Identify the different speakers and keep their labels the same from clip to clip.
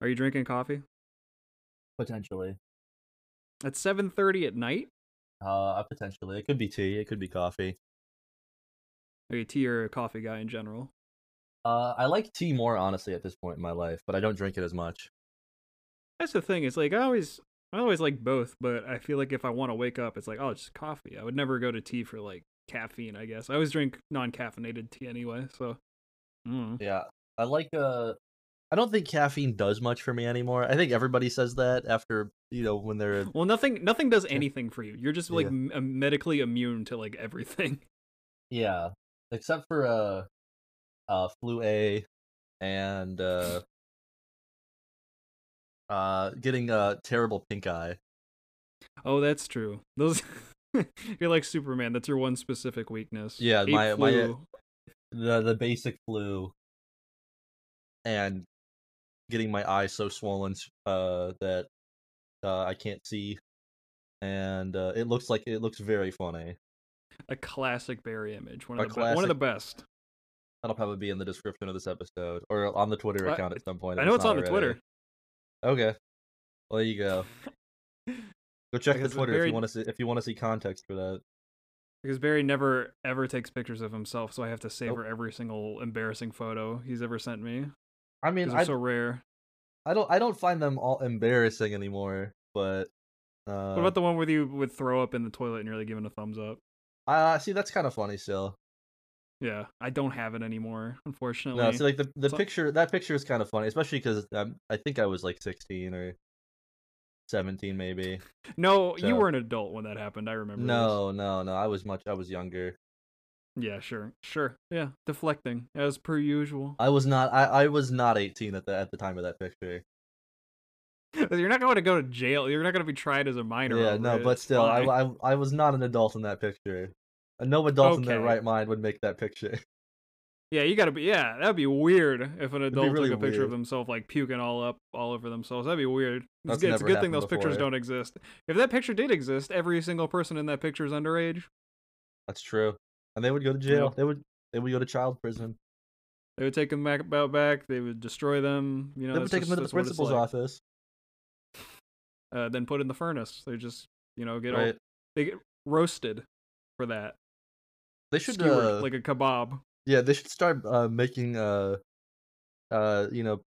Speaker 1: Are you drinking coffee?
Speaker 2: Potentially.
Speaker 1: At 7:30 at night?
Speaker 2: Uh, potentially. It could be tea. It could be coffee.
Speaker 1: Are you a tea or a coffee guy in general?
Speaker 2: Uh, I like tea more, honestly, at this point in my life, but I don't drink it as much.
Speaker 1: That's the thing. It's like I always I always like both, but I feel like if I want to wake up, it's like, oh, it's just coffee. I would never go to tea for like caffeine, I guess. I always drink non-caffeinated tea anyway, so mm.
Speaker 2: Yeah, I like. Uh, I don't think caffeine does much for me anymore. I think everybody says that after you know when they're
Speaker 1: Well, nothing nothing does anything for you. You're just like m- uh, medically immune to like everything.
Speaker 2: yeah, except for uh, uh, flu A, and uh, uh, getting uh terrible pink eye.
Speaker 1: Oh, that's true. Those You're like Superman. That's your one specific weakness.
Speaker 2: Yeah,
Speaker 1: Ape
Speaker 2: my- my, uh,
Speaker 1: flu.
Speaker 2: the the basic flu and getting my eyes so swollen s- uh that uh, I can't see and uh, it looks like it looks very funny.
Speaker 1: a classic Barry image. One of
Speaker 2: A
Speaker 1: the be- one of
Speaker 2: classic-
Speaker 1: the best.
Speaker 2: That'll probably be in the description of this episode or on the Twitter
Speaker 1: I-
Speaker 2: account at some point.
Speaker 1: I
Speaker 2: if
Speaker 1: know it's
Speaker 2: not
Speaker 1: on the
Speaker 2: already.
Speaker 1: Twitter.
Speaker 2: Okay. Well, there you go. Go check the
Speaker 1: Because the
Speaker 2: Twitter if
Speaker 1: very-
Speaker 2: you want to see if you want to see context for that.
Speaker 1: Because Barry never ever takes pictures of himself, so I have to savor
Speaker 2: Nope.
Speaker 1: every single embarrassing photo he's ever sent me.
Speaker 2: I mean,
Speaker 1: Because
Speaker 2: I,
Speaker 1: they're so rare.
Speaker 2: I don't I don't find them all embarrassing anymore, but uh
Speaker 1: What about the one where you would throw up in the toilet and you're like giving a thumbs up?
Speaker 2: uh, see that's kind of funny still.
Speaker 1: Yeah, I don't have it anymore, unfortunately.
Speaker 2: No, see, like the the
Speaker 1: So-
Speaker 2: picture that picture is kind of funny, especially because um, I think I was like sixteen or seventeen, maybe.
Speaker 1: no, you
Speaker 2: so-
Speaker 1: were an adult when that happened. I remember.
Speaker 2: No, no, no. I was much. I was younger.
Speaker 1: This. Yeah, sure, sure. Yeah, deflecting as per usual.
Speaker 2: I was not. I, I was not eighteen at the at the time of that picture.
Speaker 1: You're not going to go to jail. You're not going to be tried as a minor.
Speaker 2: yeah,
Speaker 1: over
Speaker 2: no,
Speaker 1: it.
Speaker 2: but
Speaker 1: It's
Speaker 2: still, I,
Speaker 1: fine.
Speaker 2: I I was not an adult in that picture. Uh, No adult in their
Speaker 1: Okay.
Speaker 2: right mind would make that picture.
Speaker 1: Yeah, you gotta be. Yeah, that'd be weird if an
Speaker 2: be
Speaker 1: adult
Speaker 2: really
Speaker 1: took a picture of
Speaker 2: weird.
Speaker 1: themself like puking all up all over themselves. That'd be weird. It's,
Speaker 2: That's
Speaker 1: good- it's a
Speaker 2: never
Speaker 1: good thing those
Speaker 2: happened
Speaker 1: pictures
Speaker 2: before.
Speaker 1: don't exist. If that picture did exist, every single person in that picture is underage.
Speaker 2: That's true. And they would go to
Speaker 1: Yeah.
Speaker 2: jail. They would they would go to child prison.
Speaker 1: They would take them back about back. They would destroy them. You know,
Speaker 2: they
Speaker 1: that's
Speaker 2: would take
Speaker 1: just-
Speaker 2: them to the
Speaker 1: that's what it's
Speaker 2: principal's
Speaker 1: like.
Speaker 2: office.
Speaker 1: Uh, then put in the furnace. They just you know get all-
Speaker 2: Right.
Speaker 1: they get roasted for that.
Speaker 2: They should
Speaker 1: Skewered
Speaker 2: uh,
Speaker 1: like a kebab.
Speaker 2: Yeah, they should start uh, making uh, uh, you know,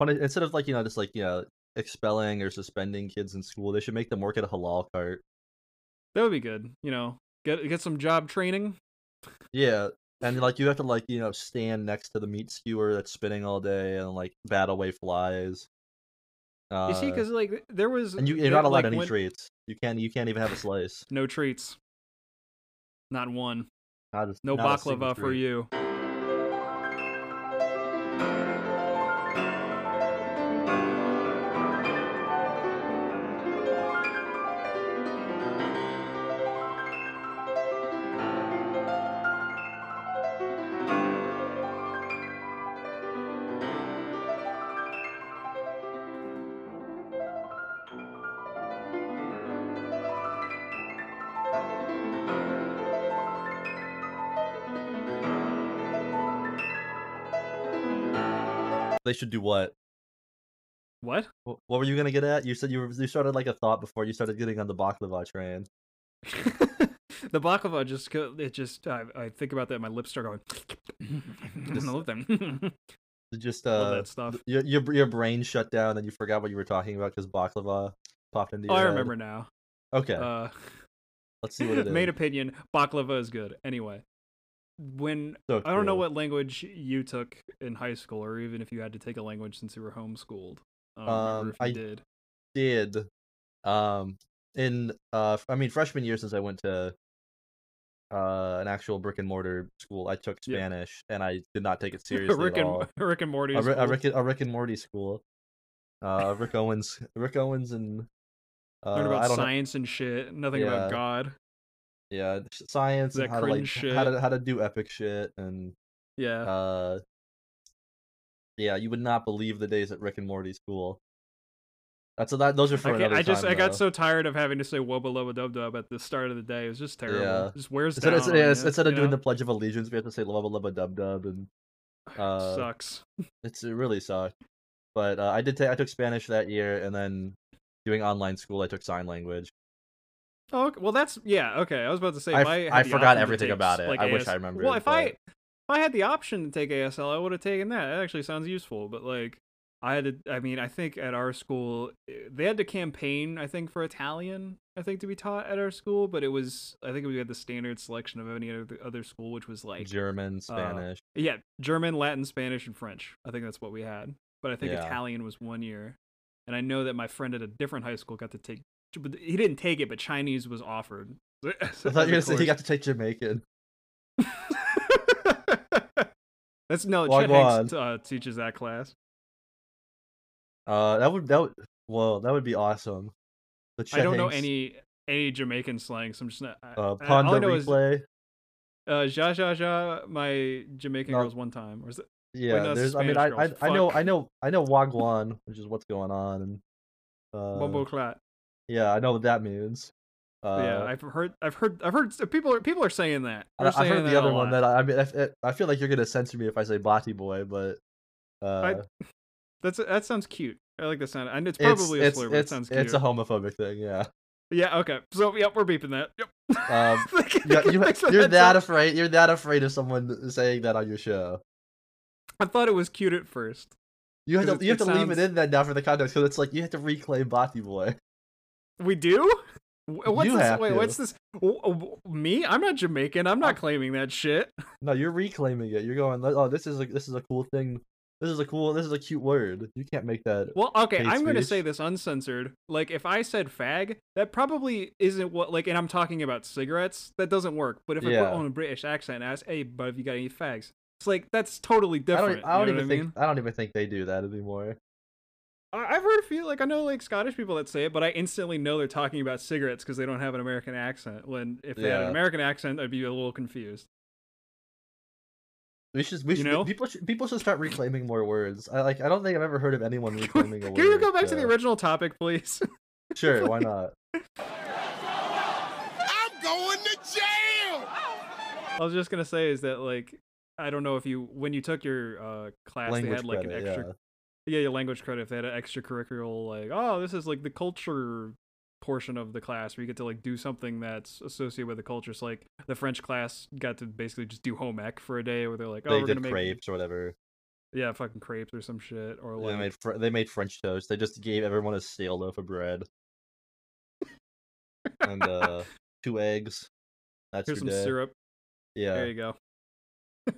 Speaker 2: puni- instead of like you know just like you know expelling or suspending kids in school, they should make them work at a halal cart.
Speaker 1: That would be good. You know, get get some job training.
Speaker 2: Yeah, and like you have to like you know stand next to the meat skewer that's spinning all day and like bat away flies. Uh,
Speaker 1: You see, because like there was
Speaker 2: and you, you're
Speaker 1: there-
Speaker 2: not allowed
Speaker 1: like,
Speaker 2: any
Speaker 1: when-
Speaker 2: treats. You can't. You can't even have a slice.
Speaker 1: No treats. Not one.
Speaker 2: Not a-
Speaker 1: No
Speaker 2: not a single
Speaker 1: baklava for
Speaker 2: treat.
Speaker 1: you.
Speaker 2: They should do what?
Speaker 1: What?
Speaker 2: Wh- What were you gonna get at? You said you were, you started like a thought before you started getting on the baklava train.
Speaker 1: the baklava just go, it just I, I think about that. My lips start going. I love them.
Speaker 2: Just
Speaker 1: love
Speaker 2: uh,
Speaker 1: that stuff.
Speaker 2: Your, your br- your brain shut down and you forgot what you were talking about because baklava popped into
Speaker 1: Oh,
Speaker 2: your
Speaker 1: I
Speaker 2: head.
Speaker 1: remember now.
Speaker 2: Okay,
Speaker 1: Uh,
Speaker 2: let's uh, see what it is.
Speaker 1: main opinion: baklava is good. Anyway, when
Speaker 2: So
Speaker 1: I don't know
Speaker 2: true.
Speaker 1: what language you took in high school, or even if you had to take a language since you were homeschooled. I don't remember
Speaker 2: Um,
Speaker 1: if you
Speaker 2: I-
Speaker 1: did.
Speaker 2: did. Um, in uh, f- I mean freshman year since I went to uh an actual brick and mortar school, I took
Speaker 1: Yeah.
Speaker 2: Spanish and I did not take it seriously
Speaker 1: Rick
Speaker 2: at all.
Speaker 1: and Rick and Morty.
Speaker 2: A,
Speaker 1: is
Speaker 2: Ri- a
Speaker 1: cool.
Speaker 2: Rick a Rick and Morty school. Uh, Rick Owens, Rick Owens, and uh,
Speaker 1: Learn
Speaker 2: I
Speaker 1: about
Speaker 2: don't know-
Speaker 1: science and shit. Nothing about
Speaker 2: Yeah.
Speaker 1: God.
Speaker 2: yeah, s- science and
Speaker 1: That
Speaker 2: how to like
Speaker 1: cringe
Speaker 2: how
Speaker 1: shit.
Speaker 2: to how to do epic shit and
Speaker 1: Yeah.
Speaker 2: Uh, yeah, you would not believe the days at Rick and Morty school. That's a, that. Those are for
Speaker 1: I, can't-
Speaker 2: another
Speaker 1: I just
Speaker 2: time,
Speaker 1: I got
Speaker 2: though.
Speaker 1: so tired of having to say wubba lubba dub dub at the start of the day. It was just terrible.
Speaker 2: Yeah.
Speaker 1: Just wears
Speaker 2: instead,
Speaker 1: down.
Speaker 2: instead,
Speaker 1: on
Speaker 2: yeah,
Speaker 1: ya,
Speaker 2: instead of
Speaker 1: you
Speaker 2: doing
Speaker 1: know?
Speaker 2: the Pledge of Allegiance, we have to say "Lubba Lubba Dub Dub," and
Speaker 1: It
Speaker 2: uh,
Speaker 1: sucks.
Speaker 2: it's it really sucked. But uh, I did take I took Spanish that year, and then doing online school, I took sign language.
Speaker 1: Oh, okay. well, that's yeah. Okay, I was about to say.
Speaker 2: I
Speaker 1: if
Speaker 2: f-
Speaker 1: had
Speaker 2: I
Speaker 1: the
Speaker 2: forgot
Speaker 1: option to
Speaker 2: everything
Speaker 1: take
Speaker 2: about
Speaker 1: s-
Speaker 2: it.
Speaker 1: like
Speaker 2: I wish
Speaker 1: AS
Speaker 2: I remembered,
Speaker 1: Well, if I
Speaker 2: but-
Speaker 1: if I had the option to take ASL, I would have taken that. That actually sounds useful. But like, I had to. I mean, I think at our school eh, they had to campaign. I think for Italian, I think to be taught at our school, but it was I think we had the standard selection of any other other school, which was like oh,
Speaker 2: German, Spanish.
Speaker 1: yeah, German, Latin, Spanish, and French. I think that's what we had. But I think
Speaker 2: Yeah.
Speaker 1: Italian was one year. And I know that my friend at a different high school got to take, but he didn't take it, but Chinese was offered. I
Speaker 2: I thought you were gonna say he got to take Jamaican.
Speaker 1: That's no,
Speaker 2: Wagwan.
Speaker 1: Chet Hanks uh, teaches that class.
Speaker 2: Uh, that would that would well that would be awesome. The Chet
Speaker 1: I don't know
Speaker 2: Hanks,
Speaker 1: any any Jamaican slang, so I'm just not. I- I-
Speaker 2: uh,
Speaker 1: all I
Speaker 2: Ponda
Speaker 1: know is
Speaker 2: replay.
Speaker 1: uh, ja ja ja, my Jamaican
Speaker 2: Oh. No.
Speaker 1: girls one time. Or is it,
Speaker 2: Yeah,
Speaker 1: no, it's
Speaker 2: there's. I mean, I,
Speaker 1: Spanish
Speaker 2: I
Speaker 1: girls.
Speaker 2: I know
Speaker 1: Fuck.
Speaker 2: I know I know Wagwan, which is what's going on. And, uh,
Speaker 1: Bumbo Clat.
Speaker 2: Yeah, I know what that means. Uh,
Speaker 1: yeah, I've heard, I've heard, I've heard people are people are saying that.
Speaker 2: I,
Speaker 1: They're
Speaker 2: I
Speaker 1: saying
Speaker 2: heard
Speaker 1: that
Speaker 2: the
Speaker 1: a
Speaker 2: other one
Speaker 1: lot.
Speaker 2: that I, I mean. I, I feel like you're gonna censor me if I say Blatty Boy, but uh,
Speaker 1: That's that sounds cute. I like the sound. And it's
Speaker 2: it's
Speaker 1: probably
Speaker 2: it's
Speaker 1: a slur, but
Speaker 2: it's,
Speaker 1: it sounds cute.
Speaker 2: it's a homophobic thing. Yeah,
Speaker 1: yeah. Okay. So yep, we're beeping that. Yep.
Speaker 2: Um,
Speaker 1: Thank
Speaker 2: yeah.
Speaker 1: thank
Speaker 2: You,
Speaker 1: thanks for
Speaker 2: you're
Speaker 1: heads
Speaker 2: that
Speaker 1: up.
Speaker 2: afraid. You're that afraid of someone uh, saying that on your show.
Speaker 1: I thought it was cute at first.
Speaker 2: You have
Speaker 1: 'Cause
Speaker 2: to
Speaker 1: it-
Speaker 2: you have
Speaker 1: it
Speaker 2: to leave
Speaker 1: sounds-
Speaker 2: it in that now for the context because it's like you have to reclaim Blatty Boy.
Speaker 1: We do. Wh- What's
Speaker 2: You
Speaker 1: this?
Speaker 2: have
Speaker 1: Wait,
Speaker 2: to. Oh.
Speaker 1: what's this? w- w- Me? I'm not Jamaican. I'm not claiming that shit.
Speaker 2: No, you're reclaiming it. You're going. Oh, this is a this is a cool thing. This is a cool. This is a cute word. You can't make that.
Speaker 1: Well, okay,
Speaker 2: Hate
Speaker 1: I'm going to
Speaker 2: speech.
Speaker 1: say this uncensored. Like, if I said fag, that probably isn't what, like, and I'm talking about cigarettes, that doesn't work. But if I
Speaker 2: Yeah.
Speaker 1: put on a British accent and ask, hey, but have you got any fags? It's like, that's totally
Speaker 2: I
Speaker 1: different.
Speaker 2: don't. e, I don't
Speaker 1: you know
Speaker 2: even
Speaker 1: what I
Speaker 2: think.
Speaker 1: mean?
Speaker 2: I don't even think they do that anymore.
Speaker 1: I- I've heard a few, like, I know, like, Scottish people that say it, but I instantly know they're talking about cigarettes because they don't have an American accent. When if they had an
Speaker 2: Yeah.
Speaker 1: American accent, I'd be a little confused.
Speaker 2: We should. We
Speaker 1: You
Speaker 2: should.
Speaker 1: know?
Speaker 2: People should. People should start reclaiming more words. I like. I don't think I've ever heard of anyone
Speaker 1: Can
Speaker 2: reclaiming a word.
Speaker 1: you go back to the
Speaker 2: so-
Speaker 1: original topic, please?
Speaker 2: Sure. Why not?
Speaker 3: I'm going to jail!
Speaker 1: I was just gonna say is that like I don't know if you when you took your uh, class they
Speaker 2: Language
Speaker 1: had like
Speaker 2: credit,
Speaker 1: an extra yeah. your language credit if they had an extracurricular like oh this is like the culture portion of the class where you get to like do something that's associated with the culture. So like the French class got to basically just do home ec for a day where they're like oh
Speaker 2: they
Speaker 1: we're
Speaker 2: did
Speaker 1: gonna make
Speaker 2: crepes or whatever.
Speaker 1: yeah fucking crepes or some shit or
Speaker 2: They
Speaker 1: like
Speaker 2: made. Fr- they made French toast. They just gave everyone a stale loaf of bread. and uh, two eggs. That's
Speaker 1: here's some
Speaker 2: your day.
Speaker 1: syrup
Speaker 2: Yeah.
Speaker 1: there you go.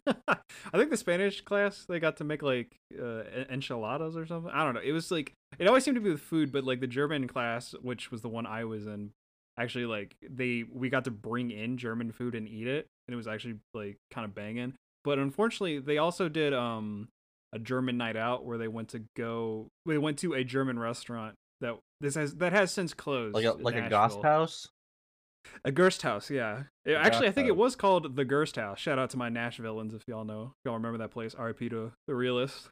Speaker 1: I think the Spanish class they got to make like uh, en- enchiladas or something. I don't know. It was like it always seemed to be with food, but like the German class, which was the one I was in, actually like they we got to bring in German food and eat it, and it was actually like kind of banging. But unfortunately, they also did um a German night out where they went to go they went to a German restaurant that this has that has since closed
Speaker 2: Like a
Speaker 1: in
Speaker 2: like a
Speaker 1: Nashville.
Speaker 2: Goss house.
Speaker 1: A Gerst House, yeah. It-
Speaker 2: Gerst
Speaker 1: actually, I think it
Speaker 2: House.
Speaker 1: was called the Gerst House. Shout out to my Nash villains if y'all know, if y'all remember that place. R.I.P. to the realist.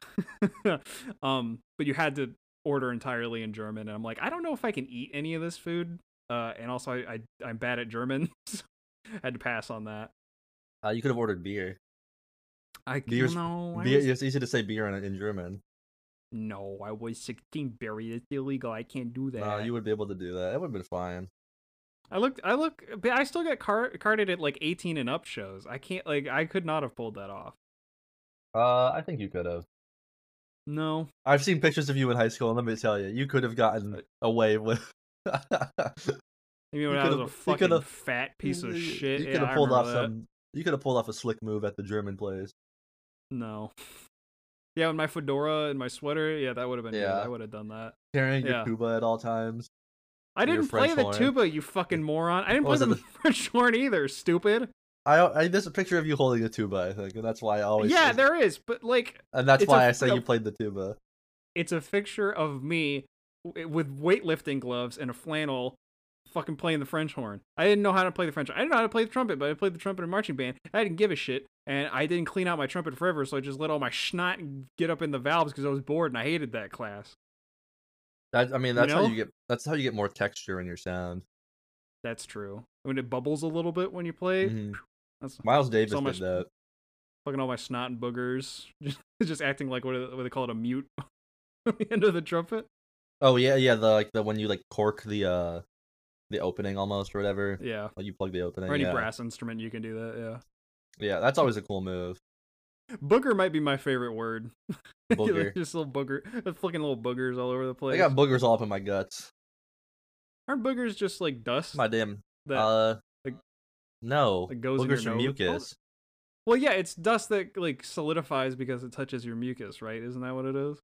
Speaker 1: um, but you had to order entirely in German, and I'm like, I don't know if I can eat any of this food, uh, and also I, I I'm bad at German, so had to pass on that.
Speaker 2: Uh, you could have ordered beer.
Speaker 1: I
Speaker 2: Beer's-
Speaker 1: no, I
Speaker 2: Beer.
Speaker 1: was,
Speaker 2: It's easy to say beer in, in German.
Speaker 1: no, I was 16, Barry. It's illegal. I can't do that.
Speaker 2: No, you would be able to do that. It would have been fine.
Speaker 1: I looked, I look, but I still get car- carded at like 18 and up shows. I can't, like, I could not have pulled that off.
Speaker 2: Uh, I think you could have.
Speaker 1: No,
Speaker 2: I've seen pictures of you in high school, and let me tell you, you could have gotten away with.
Speaker 1: You mean when
Speaker 2: You
Speaker 1: I was
Speaker 2: could've-
Speaker 1: a
Speaker 2: you
Speaker 1: fucking
Speaker 2: could've-
Speaker 1: fat piece of
Speaker 2: You-
Speaker 1: shit?
Speaker 2: You
Speaker 1: Yeah,
Speaker 2: could have
Speaker 1: I
Speaker 2: pulled off
Speaker 1: remember that.
Speaker 2: some. You could have pulled off a slick move at the German place.
Speaker 1: No. Yeah, with my fedora and my sweater, yeah, that would have been good.
Speaker 2: Yeah.
Speaker 1: I would have done that.
Speaker 2: Carrying
Speaker 1: Yeah.
Speaker 2: your tuba at all times.
Speaker 1: I
Speaker 2: Your
Speaker 1: didn't play
Speaker 2: French
Speaker 1: the
Speaker 2: horn.
Speaker 1: tuba, you fucking moron. I didn't
Speaker 2: What
Speaker 1: play
Speaker 2: was
Speaker 1: the
Speaker 2: it,
Speaker 1: French horn either, stupid.
Speaker 2: I, I there's a picture of you holding a tuba, I think, and that's why I always
Speaker 1: yeah,
Speaker 2: say-
Speaker 1: there is, but like,
Speaker 2: and that's
Speaker 1: it's
Speaker 2: why
Speaker 1: a-
Speaker 2: I say
Speaker 1: a-
Speaker 2: you played the tuba.
Speaker 1: it's a picture of me w- eh, with weightlifting gloves and a flannel fucking playing the french horn i didn't know how to play the french i didn't know how to play the trumpet but i played the trumpet in marching band i didn't give a shit and i didn't clean out my trumpet forever so i just let all my snot get up in the valves because i was bored and i hated that class
Speaker 2: That, I mean,
Speaker 1: You
Speaker 2: that's how
Speaker 1: know?
Speaker 2: you get. That's how you get more texture in your sound.
Speaker 1: that's true when it bubbles a little bit when you play
Speaker 2: Mhm.
Speaker 1: that's
Speaker 2: Miles Davis
Speaker 1: So much-
Speaker 2: did that.
Speaker 1: fucking all my snot and boogers just, just acting like what, do- what do they call it a mute the end of the trumpet.
Speaker 2: Oh yeah, yeah. The like the when you like cork the uh the opening almost or whatever.
Speaker 1: Yeah.
Speaker 2: Like you plug the opening.
Speaker 1: Or any
Speaker 2: Uh, yeah.
Speaker 1: brass instrument, you can do that.
Speaker 2: Yeah, that's always a cool move.
Speaker 1: Yeah. Booger might be my favorite word.
Speaker 2: Booger.
Speaker 1: Just little booger. There's fucking little boogers all over the
Speaker 2: I
Speaker 1: place.
Speaker 2: got boogers all up in my guts.
Speaker 1: Aren't boogers just like dust
Speaker 2: My damn.
Speaker 1: that
Speaker 2: uh.
Speaker 1: like-
Speaker 2: no.
Speaker 1: that goes in
Speaker 2: boogers
Speaker 1: your
Speaker 2: are
Speaker 1: nose?
Speaker 2: mucus.
Speaker 1: Well, yeah, it's dust that like solidifies because it touches your mucus, right? Isn't that what it is?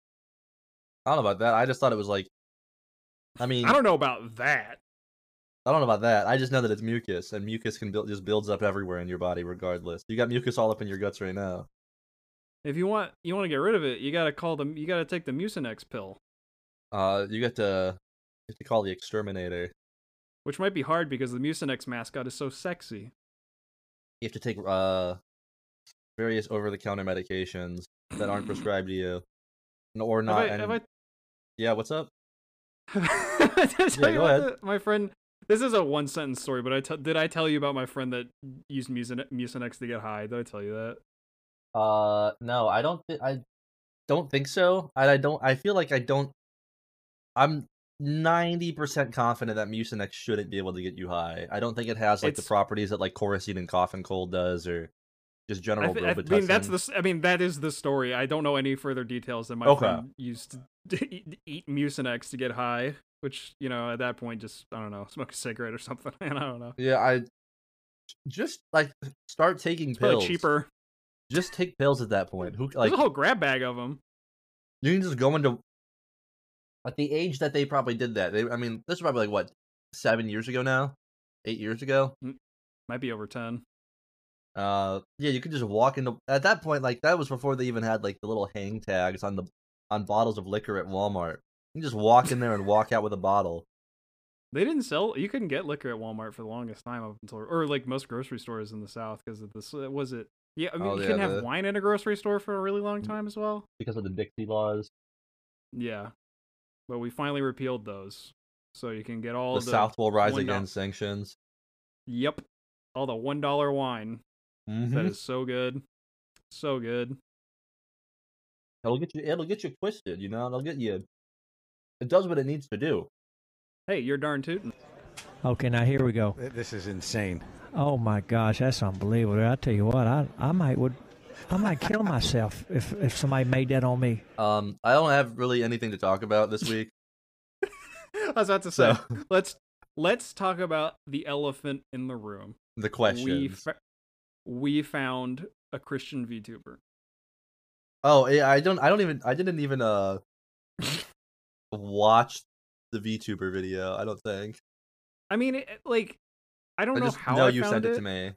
Speaker 2: I don't know about that. I just thought it was like. I mean,
Speaker 1: I don't know about that.
Speaker 2: I don't know about that. I just know that it's mucus, and mucus can build just builds up everywhere in your body, regardless. You got mucus all up in your guts right now.
Speaker 1: If you want you want to get rid of it, you gotta call them. You gotta take the Mucinex pill,
Speaker 2: Uh, you got to you have to call the exterminator.
Speaker 1: which might be hard because the Mucinex mascot is so sexy.
Speaker 2: You have to take uh various over-the-counter medications that aren't prescribed to you, n- or
Speaker 1: Have
Speaker 2: not.
Speaker 1: I,
Speaker 2: and-
Speaker 1: have I
Speaker 2: Yeah, what's up?
Speaker 1: Did I tell
Speaker 2: Yeah,
Speaker 1: you
Speaker 2: go
Speaker 1: about
Speaker 2: ahead.
Speaker 1: the- my friend? This is a one sentence story, but I t- did I tell you about my friend that used Mucine- Mucinex to get high? Did I tell you that?
Speaker 2: Uh, no, I don't. Th- I don't think so. I, I don't. I feel like I don't. I'm ninety percent confident that Mucinex shouldn't be able to get you high. I don't think it has like the
Speaker 1: It's-
Speaker 2: properties that like Coracine and cough and cold does, or just general
Speaker 1: I, thi- I
Speaker 2: Robitussin.
Speaker 1: mean, that's the. s- I mean, that is the story. I don't know any further details than my
Speaker 2: Okay.
Speaker 1: friend used to eat, eat Mucinex to get high, which you know at that point just I don't know, smoke a cigarette or something. And I don't know.
Speaker 2: yeah. I just like start taking
Speaker 1: It's probably
Speaker 2: pills.
Speaker 1: cheaper.
Speaker 2: Just take pills at that point. Who
Speaker 1: There's
Speaker 2: like
Speaker 1: a whole grab bag of them.
Speaker 2: you can just go into at the age that they probably did that. They, I mean, this is probably like what seven years ago now, eight years ago.
Speaker 1: Might be over ten.
Speaker 2: Uh, yeah, you could just walk into at that point. Like that was before they even had like the little hang tags on the on bottles of liquor at Walmart. You can just walk in there and walk out with a bottle.
Speaker 1: They didn't sell. You couldn't get liquor at Walmart for the longest time up until, or like most grocery stores in the South, because of this. uh, Was it? Yeah, I mean,
Speaker 2: Oh,
Speaker 1: you
Speaker 2: yeah,
Speaker 1: couldn't have
Speaker 2: the-
Speaker 1: wine in a grocery store for a really long
Speaker 2: Mm.
Speaker 1: time as well.
Speaker 2: Because of the Dixie laws,
Speaker 1: Yeah, but we finally repealed those, so you can get all
Speaker 2: the,
Speaker 1: the,
Speaker 2: South will rise
Speaker 1: one dol-
Speaker 2: against sanctions.
Speaker 1: Yep, all the one dollar wine That
Speaker 2: Mhm.
Speaker 1: is so good, so good.
Speaker 2: It'll get you. It'll get you twisted. You know, it'll get you. It does what it needs to do.
Speaker 1: Hey, you're darn tootin'.
Speaker 4: Okay, now here we go.
Speaker 3: This is insane.
Speaker 4: Oh my gosh, that's unbelievable. I tell you what, I, I might would, I might kill myself if if somebody made that on me.
Speaker 2: Um, I don't have really anything to talk about this week.
Speaker 1: I was about to say,
Speaker 2: So-
Speaker 1: let's let's talk about the elephant in the room.
Speaker 2: the questions.
Speaker 1: We fa- we found a Christian VTuber.
Speaker 2: Oh, yeah, I don't. I don't even. I didn't even uh watch the VTuber video. I don't think.
Speaker 1: I mean, it, like, I don't
Speaker 2: I
Speaker 1: know
Speaker 2: just
Speaker 1: how
Speaker 2: know
Speaker 1: I
Speaker 2: you
Speaker 1: found
Speaker 2: sent
Speaker 1: it.
Speaker 2: it to me.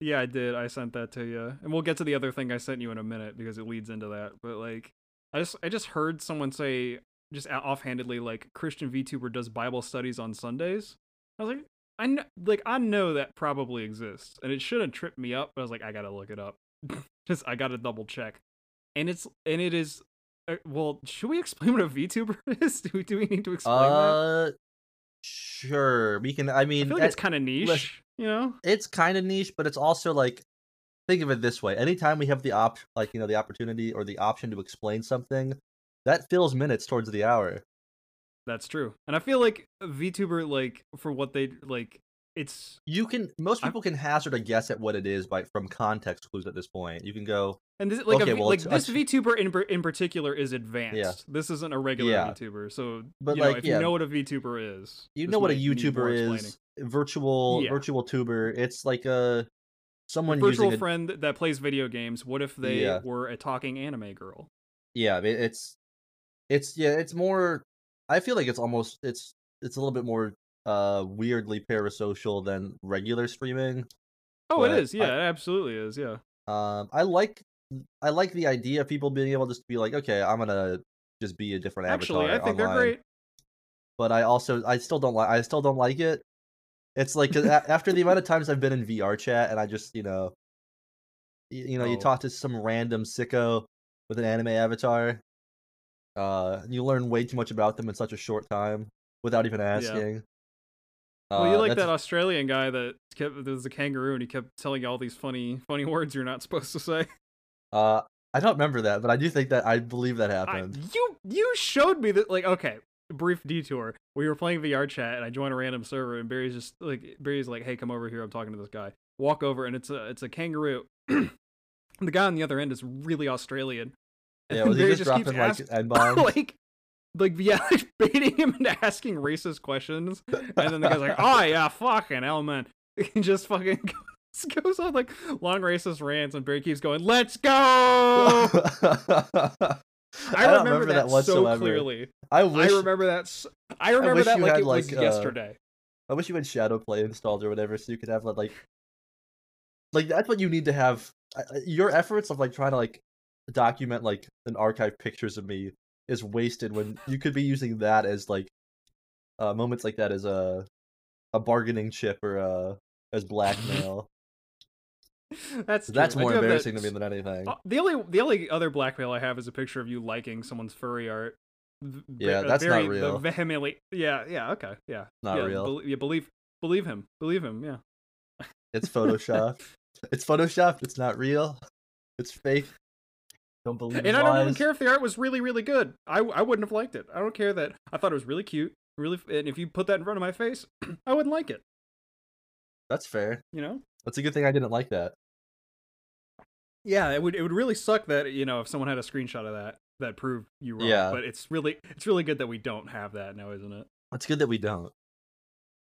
Speaker 1: Yeah, I did. I sent that to you, and we'll get to the other thing I sent you in a minute because it leads into that. But like, I just I just heard someone say just o- offhandedly like Christian VTuber does Bible studies on Sundays. I was like, I know, like I know that probably exists, and it shouldn't trip me up. But I was like, I gotta look it up. just I gotta double check, and it's and it is. Uh, well, should we explain what a VTuber is? Do we, do we need to explain that?
Speaker 2: Uh, sure. We can. I
Speaker 1: I
Speaker 2: mean,
Speaker 1: feel like
Speaker 2: eh,
Speaker 1: it's kind of niche, you know.
Speaker 2: it's kind of niche, but it's also like, think of it this way: anytime we have the op, like you know, the opportunity or the option to explain something, that fills minutes towards the hour.
Speaker 1: That's true. And I feel like VTuber, like, for what they, like, it's,
Speaker 2: You can. Most
Speaker 1: I'm-
Speaker 2: people can hazard a guess at what it is by from context clues at this point. You can go,
Speaker 1: and this, like, a
Speaker 2: Okay,
Speaker 1: V-
Speaker 2: well,
Speaker 1: like
Speaker 2: it's-
Speaker 1: this VTuber in, par- in particular is advanced. This isn't a regular
Speaker 2: Yeah.
Speaker 1: VTuber. So,
Speaker 2: But,
Speaker 1: you know,
Speaker 2: like,
Speaker 1: if
Speaker 2: yeah.
Speaker 1: you know what a VTuber is,
Speaker 2: you
Speaker 1: this
Speaker 2: know what a
Speaker 1: might need more
Speaker 2: YouTuber
Speaker 1: explaining.
Speaker 2: is, virtual
Speaker 1: Yeah.
Speaker 2: virtual tuber. It's like a someone
Speaker 1: Virtual
Speaker 2: using a,
Speaker 1: friend that plays video games. What if they
Speaker 2: Yeah.
Speaker 1: were a talking anime girl?
Speaker 2: yeah it- it's it's yeah it's more i feel like it's almost it's it's a little bit more uh weirdly parasocial than regular streaming
Speaker 1: Oh,
Speaker 2: But
Speaker 1: it is.
Speaker 2: I-
Speaker 1: Yeah, it absolutely is. Yeah.
Speaker 2: um i like i like the idea of people being able to just be like okay i'm gonna just be a different
Speaker 1: Actually, I
Speaker 2: avatar
Speaker 1: think
Speaker 2: online.
Speaker 1: they're great.
Speaker 2: but i also i still don't like i still don't like it it's like 'cause a- after the amount of times i've been in vr chat and i just you know you, you know you
Speaker 1: Oh.
Speaker 2: talk to some random sicko with an anime avatar uh you learn way too much about them in such a short time without even asking
Speaker 1: well, you
Speaker 2: Uh,
Speaker 1: like that
Speaker 2: that's-
Speaker 1: Australian guy that kept, there was a kangaroo and he kept telling you all these funny, funny words you're not supposed to say.
Speaker 2: uh I don't remember that, but I do think that I believe that
Speaker 1: I-
Speaker 2: happened.
Speaker 1: you you showed me that like okay brief detour we were playing vr chat and i joined a random server and barry's just like barry's like hey come over here i'm talking to this guy walk over and it's a it's a kangaroo the guy on the other end is really australian And
Speaker 2: yeah, was he
Speaker 1: Barry
Speaker 2: just, dropping
Speaker 1: keeps
Speaker 2: like
Speaker 1: ask-
Speaker 2: n bombs?
Speaker 1: like like yeah like baiting him into asking racist questions and then the guy's like oh yeah fucking hell man he just fucking goes, goes on like long racist rants and barry keeps going let's go
Speaker 2: I,
Speaker 1: I,
Speaker 2: don't
Speaker 1: oh. remember, that, so clearly.
Speaker 2: I wish
Speaker 1: I remember that. s I remember
Speaker 2: wish
Speaker 1: that
Speaker 2: you
Speaker 1: like
Speaker 2: had,
Speaker 1: it was
Speaker 2: like, uh,
Speaker 1: yesterday.
Speaker 2: I wish you had shadow play installed or whatever, so you could have like, like that's what you need to have. I- I- Your efforts of like trying to like document like and archive pictures of me is wasted when you could be using that as like uh, moments like that as a a bargaining chip or uh as blackmail.
Speaker 1: That's true.
Speaker 2: that's
Speaker 1: I
Speaker 2: more
Speaker 1: do have that
Speaker 2: embarrassing to me
Speaker 1: s-
Speaker 2: than anything.
Speaker 1: uh, the only the only other blackmail I have is a picture of you liking someone's furry art. V- ve-
Speaker 2: Yeah,
Speaker 1: uh,
Speaker 2: that's not
Speaker 1: very- the
Speaker 2: real.
Speaker 1: vehemently, yeah, yeah, okay, yeah,
Speaker 2: Not
Speaker 1: yeah,
Speaker 2: real.
Speaker 1: bel- yeah, believe believe him, believe him, yeah.
Speaker 2: It's Photoshop. it's Photoshop. It's not real. It's fake. Don't believe.
Speaker 1: And
Speaker 2: his
Speaker 1: I don't even
Speaker 2: lies.
Speaker 1: care if the art was really really good. I w- I wouldn't have liked it. I don't care that I thought it was really cute, really. f- And if you put that in front of my face, I wouldn't like it.
Speaker 2: That's fair.
Speaker 1: You know.
Speaker 2: That's a good thing I didn't like that.
Speaker 1: Yeah, it would it would really suck that you know if someone had a screenshot of that that proved you wrong.
Speaker 2: Yeah.
Speaker 1: But it's really it's really good that we don't have that now, isn't it?
Speaker 2: It's good that we don't.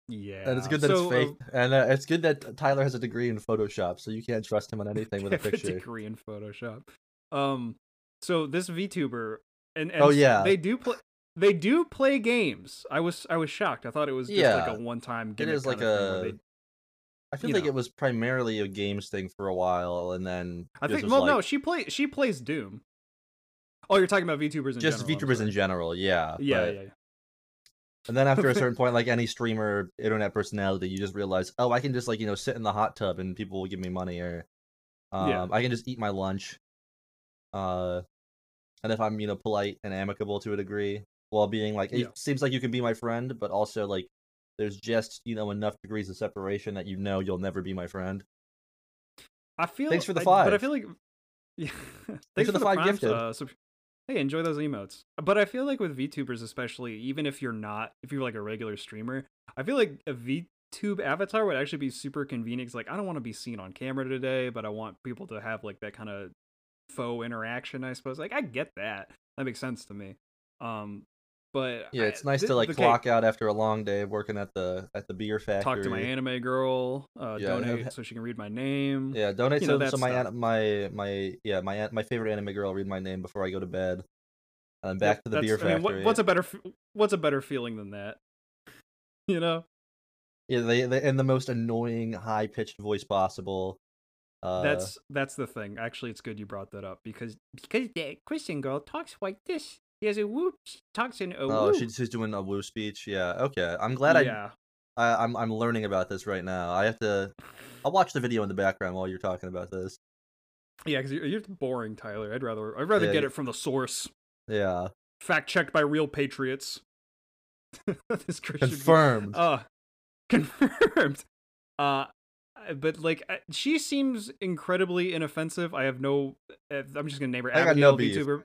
Speaker 1: Yeah.
Speaker 2: And it's good that
Speaker 1: So, um,
Speaker 2: it's fake. and uh, it's good that Tyler has a degree in Photoshop, so you can't trust him on
Speaker 1: uh,
Speaker 2: anything with a
Speaker 1: have
Speaker 2: picture.
Speaker 1: degree in Photoshop. Um, so this VTuber and, and
Speaker 2: Oh,
Speaker 1: s-
Speaker 2: yeah.
Speaker 1: they do play they do play games. I was I was shocked. I thought it was just
Speaker 2: Yeah.
Speaker 1: like a one time.
Speaker 2: It is like a. I feel
Speaker 1: you
Speaker 2: like
Speaker 1: know.
Speaker 2: it was primarily a games thing for a while, and then
Speaker 1: I
Speaker 2: this
Speaker 1: think.
Speaker 2: was
Speaker 1: Well,
Speaker 2: like-
Speaker 1: no, she play she plays Doom. Oh, you're talking about VTubers in
Speaker 2: just
Speaker 1: general. I'm
Speaker 2: VTubers in
Speaker 1: sorry.
Speaker 2: general, yeah.
Speaker 1: Yeah,
Speaker 2: but-
Speaker 1: yeah, yeah.
Speaker 2: And then after a certain point, like any streamer, internet personality, you just realize, oh, I can just like you know sit in the hot tub and people will give me money, or um,
Speaker 1: Yeah.
Speaker 2: I can just eat my lunch. Uh, and if I'm you know polite and amicable to a degree, while being like, it
Speaker 1: Yeah.
Speaker 2: seems like you can be my friend, but also like there's just you know enough degrees of separation that you know you'll never be my friend.
Speaker 1: I feel
Speaker 2: Thanks for the
Speaker 1: I- but I
Speaker 2: five.
Speaker 1: feel like yeah. Thanks,
Speaker 2: for the five
Speaker 1: primes,
Speaker 2: gifted.
Speaker 1: uh, sub- hey, enjoy those emotes. But I feel like with VTubers, especially, even if you're not, if you're like a regular streamer, I feel like a VTube avatar would actually be super convenient. 'cause, like, I don't want to be seen on camera today, but I want people to have like that kind of faux interaction. I suppose. Like, I get that. That makes sense to me. Um, but
Speaker 2: Yeah,
Speaker 1: I-
Speaker 2: it's nice
Speaker 1: thi-
Speaker 2: to like
Speaker 1: okay,
Speaker 2: clock out after a long day of working at the at the beer factory.
Speaker 1: Talk to my anime girl. Uh,
Speaker 2: Yeah, have-
Speaker 1: donate so she can read my name.
Speaker 2: Yeah, donate
Speaker 1: you
Speaker 2: so,
Speaker 1: know,
Speaker 2: so
Speaker 1: that
Speaker 2: my
Speaker 1: stuff.
Speaker 2: an- my my yeah my an- my favorite anime girl read my name before I go to bed, and then back
Speaker 1: Yep,
Speaker 2: to the
Speaker 1: that's-
Speaker 2: beer
Speaker 1: I
Speaker 2: factory.
Speaker 1: mean, what- what's a better f- what's a better feeling than that? You know,
Speaker 2: yeah, they, they in the most annoying high pitched voice possible. Uh,
Speaker 1: that's that's the thing. Actually, it's good you brought that up because because the Christian girl talks like this. She has a whoop. She talks in a
Speaker 2: oh
Speaker 1: whoop.
Speaker 2: she's she's doing a woo speech. Yeah, okay. I'm glad
Speaker 1: yeah.
Speaker 2: I, I I'm I'm learning about this right now. I have to. I'll watch the video in the background while you're talking about this.
Speaker 1: Yeah, because you're, you're boring, Tyler. I'd rather I'd rather
Speaker 2: Yeah,
Speaker 1: get
Speaker 2: you-
Speaker 1: it from the source,
Speaker 2: Yeah,
Speaker 1: fact checked by real patriots. this Christian girl-
Speaker 2: confirmed.
Speaker 1: Uh, confirmed. Uh, but like uh, she seems incredibly inoffensive. I have no. Uh, I'm just gonna name her.
Speaker 2: I got
Speaker 1: Abigail
Speaker 2: no beef.
Speaker 1: VTuber.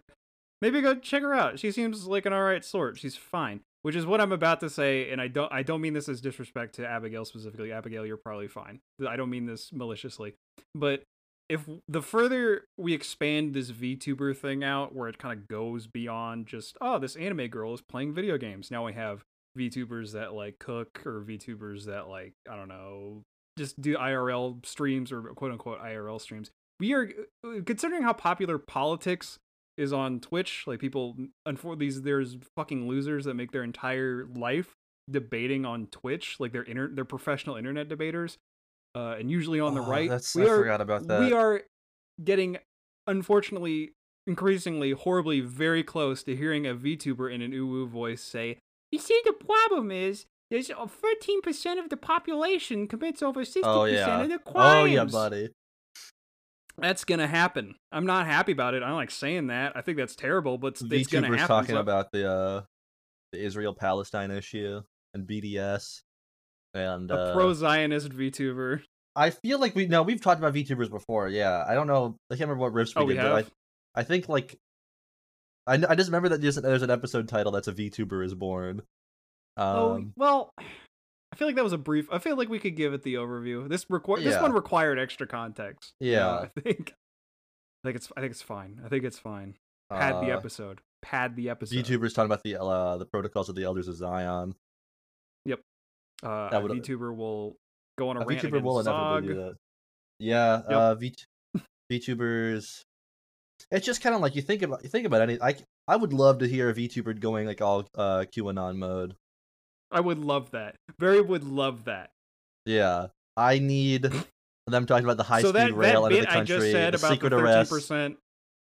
Speaker 1: Maybe go check her out. She seems like an all right sort. She's fine, which is what I'm about to say. And I don't. I don't mean this as disrespect to Abigail specifically. Abigail, you're probably fine. I don't mean this maliciously, but if the further we expand this VTuber thing out, where it kind of goes beyond just oh, this anime girl is playing video games. Now we have VTubers that like cook or VTubers that like I don't know, just do IRL streams or quote unquote IRL streams. We are uh, considering how popular politics is on Twitch. Like people, unfortunately, these there's fucking losers that make their entire life debating on Twitch. Like they're inter- they're professional internet debaters, uh, and usually on the
Speaker 2: Oh,
Speaker 1: right.
Speaker 2: That's,
Speaker 1: we
Speaker 2: I
Speaker 1: are
Speaker 2: forgot about that.
Speaker 1: we are getting, unfortunately, increasingly, horribly, very close to hearing a VTuber in an uwu voice say, "You see, the problem is." There's 13% of the population commits over 60%
Speaker 2: Oh, yeah.
Speaker 1: of the crimes.
Speaker 2: oh yeah, buddy.
Speaker 1: That's gonna happen. I'm not happy about it. I don't like saying that. I think that's terrible, but it's, it's gonna
Speaker 2: VTubers
Speaker 1: happen.
Speaker 2: talking
Speaker 1: So-
Speaker 2: about the uh, the Israel Palestine issue and BDS and
Speaker 1: a
Speaker 2: uh,
Speaker 1: pro Zionist VTuber.
Speaker 2: I feel like we no we've talked about VTubers before. Yeah, I don't know. I can't remember what riffs we
Speaker 1: Oh, we
Speaker 2: did, but I,
Speaker 1: have.
Speaker 2: I think like I kn- I just remember that there's, there's an episode title that's a VTuber is born.
Speaker 1: oh
Speaker 2: Um,
Speaker 1: well, I feel like that was a brief. I feel like we could give it the overview. This requ- this
Speaker 2: Yeah.
Speaker 1: one required extra context. you know,
Speaker 2: Yeah.
Speaker 1: I think. I think it's I think it's fine. I think it's fine. Pad the
Speaker 2: uh,
Speaker 1: episode. Pad the episode.
Speaker 2: VTubers talking about the uh, the protocols of the Elders of Zion.
Speaker 1: Uh,
Speaker 2: that
Speaker 1: a
Speaker 2: would-
Speaker 1: VTuber will go on a,
Speaker 2: A
Speaker 1: rant
Speaker 2: VTuber will
Speaker 1: against
Speaker 2: inevitably do
Speaker 1: Zog.
Speaker 2: that. Yeah, uh, v- VTubers. It's just kind of like you think about you think about any. I c- I would love to hear a VTuber going like all uh, QAnon mode.
Speaker 1: I would love that. Barry would love that.
Speaker 2: Yeah, I need them talking about the high
Speaker 1: so
Speaker 2: speed
Speaker 1: that,
Speaker 2: rail
Speaker 1: that
Speaker 2: out of
Speaker 1: bit
Speaker 2: the
Speaker 1: I just
Speaker 2: country,
Speaker 1: said
Speaker 2: the
Speaker 1: about the
Speaker 2: secret
Speaker 1: thirteen
Speaker 2: arrest.
Speaker 1: percent,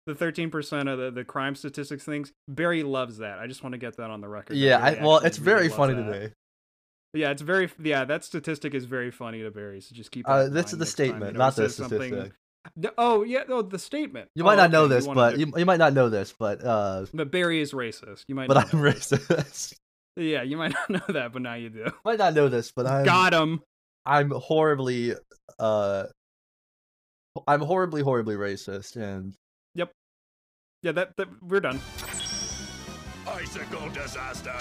Speaker 1: the thirteen percent of the, the crime statistics things. Barry loves that. I just want to get that on the record. that
Speaker 2: Yeah,
Speaker 1: Barry
Speaker 2: I, well,
Speaker 1: actually
Speaker 2: it's
Speaker 1: really
Speaker 2: very
Speaker 1: loves
Speaker 2: funny
Speaker 1: that.
Speaker 2: today.
Speaker 1: Yeah, it's very yeah. That statistic is very funny to Barry. So just keep.
Speaker 2: Uh,
Speaker 1: that in
Speaker 2: this is
Speaker 1: mind
Speaker 2: the
Speaker 1: next time he
Speaker 2: statement,
Speaker 1: ever
Speaker 2: not the
Speaker 1: says something-
Speaker 2: statistic.
Speaker 1: No- oh yeah, no, the statement.
Speaker 2: You
Speaker 1: Oh,
Speaker 2: might not know
Speaker 1: okay,
Speaker 2: this,
Speaker 1: wanted
Speaker 2: but
Speaker 1: to-
Speaker 2: you, you might not know this, but uh,
Speaker 1: but Barry is racist. You might.
Speaker 2: but I'm
Speaker 1: not know that.
Speaker 2: racist.
Speaker 1: Yeah, you might not know that, but now you do.
Speaker 2: might not know this, but I'm
Speaker 1: Got him.
Speaker 2: I'm horribly uh I'm horribly horribly racist and
Speaker 1: Yeah, that, that we're done.
Speaker 3: Icicle disaster.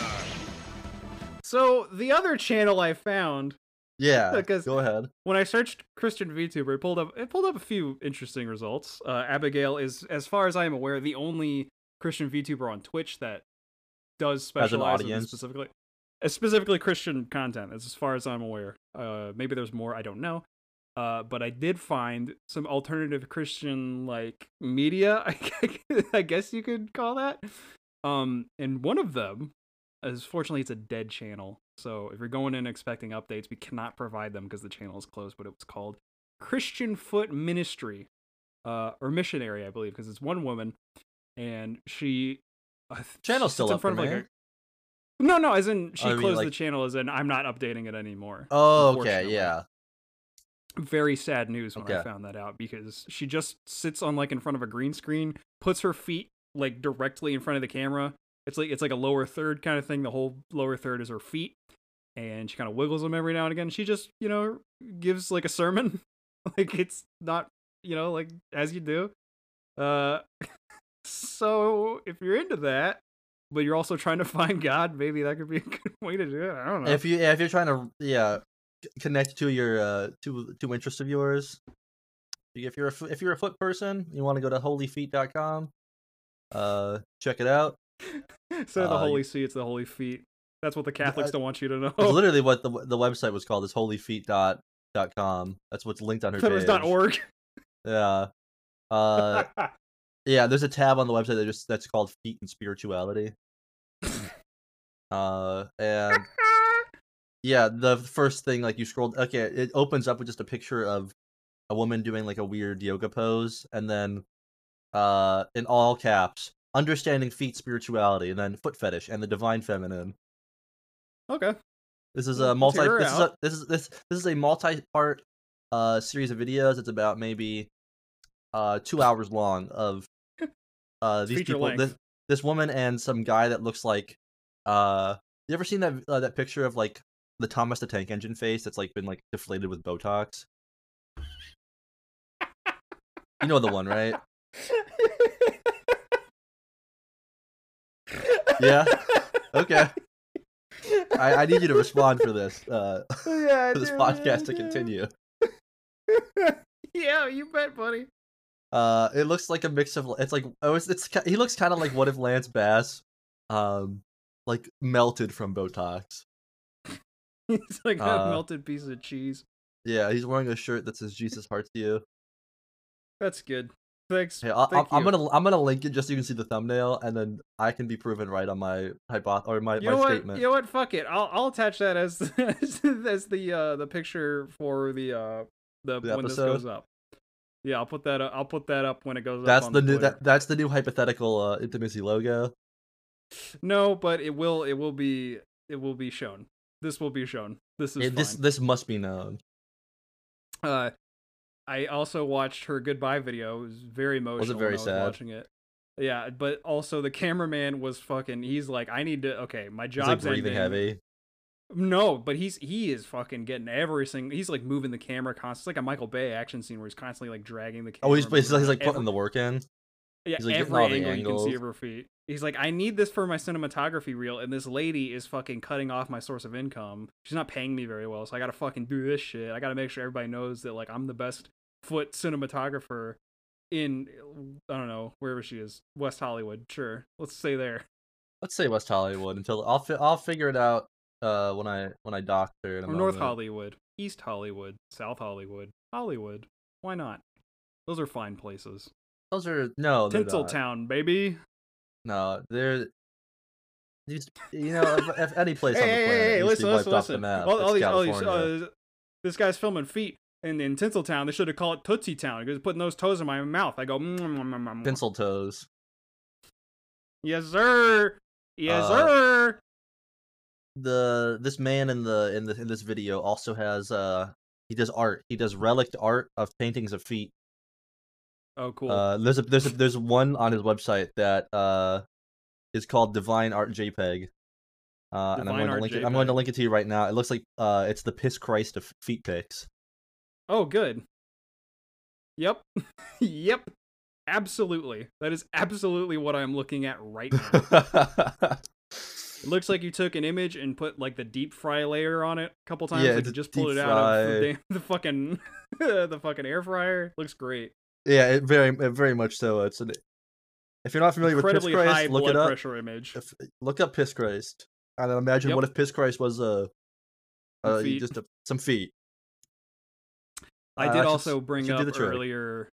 Speaker 1: So the other channel I found
Speaker 2: yeah.
Speaker 1: Because-
Speaker 2: Go ahead.
Speaker 1: when I searched Christian VTuber, it pulled up it pulled up a few interesting results. Uh, Abigail is, as far as I am aware, the only Christian VTuber on Twitch that does
Speaker 2: an
Speaker 1: specialize in this
Speaker 2: audience.
Speaker 1: specifically uh, specifically Christian content. As, as far as I'm aware, uh, maybe there's more. I don't know. Uh, but I did find some alternative Christian like media. I, guess you could call that. Um, and one of them is fortunately it's a dead channel. So if you're going in expecting updates, we cannot provide them because the channel is closed. But it was called Christian Foot Ministry, uh, or missionary, I believe, because it's one woman, and she I th-
Speaker 2: Channel's
Speaker 1: sits
Speaker 2: still
Speaker 1: in
Speaker 2: up,
Speaker 1: front of like
Speaker 2: right?
Speaker 1: a no, no, as in she
Speaker 2: I mean,
Speaker 1: closed the
Speaker 2: like-
Speaker 1: channel, as in I'm not updating it anymore.
Speaker 2: Oh okay,
Speaker 1: Unfortunately.
Speaker 2: yeah.
Speaker 1: Very sad news when I
Speaker 2: Okay.
Speaker 1: found that out because she just sits on like in front of a green screen, puts her feet like directly in front of the camera. It's like it's like a lower third kind of thing. The whole lower third is her feet, and she kind of wiggles them every now and again. She just you know gives like a sermon, like it's not you know like as you do. Uh, so if you're into that, but you're also trying to find God, maybe that could be a good way to do it. I don't know.
Speaker 2: If you if you're trying to yeah c- connect to your uh two two interests of yours, if you're a, f- if you're a foot person, you want to go to holyfeet.com. Uh check it out.
Speaker 1: Instead of the
Speaker 2: Uh,
Speaker 1: Holy See, it's the Holy Feet. That's what the Catholics
Speaker 2: I-
Speaker 1: don't want you to know.
Speaker 2: It's Oh. literally what the the website was called is holyfeet.com. That's what's linked on her
Speaker 1: That was
Speaker 2: page.
Speaker 1: dot org.
Speaker 2: Yeah. Uh Yeah, there's a tab on the website that just that's called Feet and Spirituality. uh, and yeah, the first thing like you scroll, okay, it opens up with just a picture of a woman doing like a weird yoga pose, and then uh, in all caps, understanding feet spirituality, and then foot fetish and the divine feminine.
Speaker 1: okay.
Speaker 2: This is
Speaker 1: Well,
Speaker 2: a multi.
Speaker 1: let's hear her
Speaker 2: This is,
Speaker 1: out.
Speaker 2: a, this is this this is a multi-part uh series of videos. It's about maybe uh two hours long of uh these
Speaker 1: feature
Speaker 2: people. This,
Speaker 1: length.
Speaker 2: this woman and some guy that looks like uh. You ever seen that uh, that picture of like the Thomas the Tank Engine face that's like been like deflated with Botox? you know the one, right? Yeah. Okay. I, I need you to respond for this uh,
Speaker 1: yeah, I
Speaker 2: for this
Speaker 1: do,
Speaker 2: podcast to
Speaker 1: yeah, I do.
Speaker 2: continue.
Speaker 1: yeah, you bet, buddy.
Speaker 2: Uh, it looks like a mix of it's like oh, it's, it's ki- he looks kind of like what if Lance Bass, um, like melted from Botox.
Speaker 1: It's like a
Speaker 2: Uh,
Speaker 1: melted piece of cheese.
Speaker 2: Yeah, he's wearing a shirt that says Jesus hearts to you.
Speaker 1: That's good. Thanks.
Speaker 2: Hey, I, I,
Speaker 1: Thank
Speaker 2: I'm
Speaker 1: you.
Speaker 2: gonna I'm gonna link it just so you can see the thumbnail, and then I can be proven right on my hypoth or my,
Speaker 1: You
Speaker 2: my
Speaker 1: know what?
Speaker 2: statement.
Speaker 1: You know what? Fuck it. I'll I'll attach that as as the uh the picture for the uh the,
Speaker 2: The
Speaker 1: when
Speaker 2: episode?
Speaker 1: this goes up. Yeah, I'll put that up. I'll put that up when it goes
Speaker 2: that's
Speaker 1: up. on
Speaker 2: the new
Speaker 1: Twitter.
Speaker 2: that, that's the new hypothetical uh, intimacy logo.
Speaker 1: No, but it will it will be it will be shown. This will be shown. This is
Speaker 2: It- this
Speaker 1: fine.
Speaker 2: this must be known.
Speaker 1: uh, I also watched her goodbye video. It was very emotional.
Speaker 2: very
Speaker 1: when I was
Speaker 2: sad?
Speaker 1: watching it. Yeah, but also the cameraman was fucking. He's like, I need to. Okay, my
Speaker 2: It's
Speaker 1: job's
Speaker 2: like breathing
Speaker 1: ending.
Speaker 2: heavy.
Speaker 1: No, but he's he is fucking getting every single. He's like moving the camera constantly. It's like a Michael Bay action scene where he's constantly like dragging the camera.
Speaker 2: Oh, he's he's,
Speaker 1: moving
Speaker 2: he's like
Speaker 1: around.
Speaker 2: putting the work in.
Speaker 1: Yeah,
Speaker 2: He's like, getting
Speaker 1: every
Speaker 2: all the
Speaker 1: angle you can see
Speaker 2: angles.
Speaker 1: of her feet. He's like, I need this for my cinematography reel, and this lady is fucking cutting off my source of income. She's not paying me very well, so I gotta fucking do this shit. I gotta make sure everybody knows that like I'm the best foot cinematographer in I don't know wherever she is, West Hollywood. Sure, let's stay there.
Speaker 2: Let's say West Hollywood until I'll fi- I'll figure it out uh, when I when I doctor in a
Speaker 1: Or North
Speaker 2: moment.
Speaker 1: Hollywood, East Hollywood, South Hollywood, Hollywood. Why not? Those are fine places.
Speaker 2: Those are no they're not.
Speaker 1: Tinseltown, baby.
Speaker 2: No, they're you, s- you know if, if any place on the planet needs to be wiped off the map,
Speaker 1: All,
Speaker 2: it's
Speaker 1: all these, all these,
Speaker 2: California.
Speaker 1: uh, this guy's filming feet in, in Tinseltown. They should have called it Tootsie Town. He was putting those toes in my mouth. I go, "Mm, mm, mm, mm, mm."
Speaker 2: Pencil toes.
Speaker 1: yes, sir. Yes,
Speaker 2: Uh,
Speaker 1: sir.
Speaker 2: The this man in the in the in this video also has uh he does art. He does relict art of paintings of feet.
Speaker 1: Oh, cool.
Speaker 2: Uh, there's a there's a, there's one on his website that uh is called Divine Art JPEG. Uh, and
Speaker 1: Divine
Speaker 2: I'm going, to
Speaker 1: Art E
Speaker 2: link it, I'm going to
Speaker 1: JPEG.
Speaker 2: link it to you right now. It looks like uh, it's the piss Christ of feet pics.
Speaker 1: oh, good. Yep. yep. Absolutely. That is absolutely what I'm looking at right now. It looks like you took an image and put like the deep fry layer on it a couple times.
Speaker 2: Yeah,
Speaker 1: like
Speaker 2: it's
Speaker 1: you just
Speaker 2: deep
Speaker 1: pulled it out of the,
Speaker 2: fry.
Speaker 1: damn, the fucking the fucking air fryer. Looks great.
Speaker 2: Yeah, it very, it very much so. It's an. If you're not familiar
Speaker 1: Incredibly
Speaker 2: with Piss
Speaker 1: high
Speaker 2: Christ, look
Speaker 1: blood
Speaker 2: it up.
Speaker 1: pressure image.
Speaker 2: If, look up Piss Christ, and then imagine
Speaker 1: Yep.
Speaker 2: what if Piss Christ was a,
Speaker 1: Some
Speaker 2: uh,
Speaker 1: feet.
Speaker 2: just a, some feet.
Speaker 1: I
Speaker 2: Uh,
Speaker 1: did
Speaker 2: should-
Speaker 1: also bring
Speaker 2: should do
Speaker 1: up
Speaker 2: the trick.
Speaker 1: earlier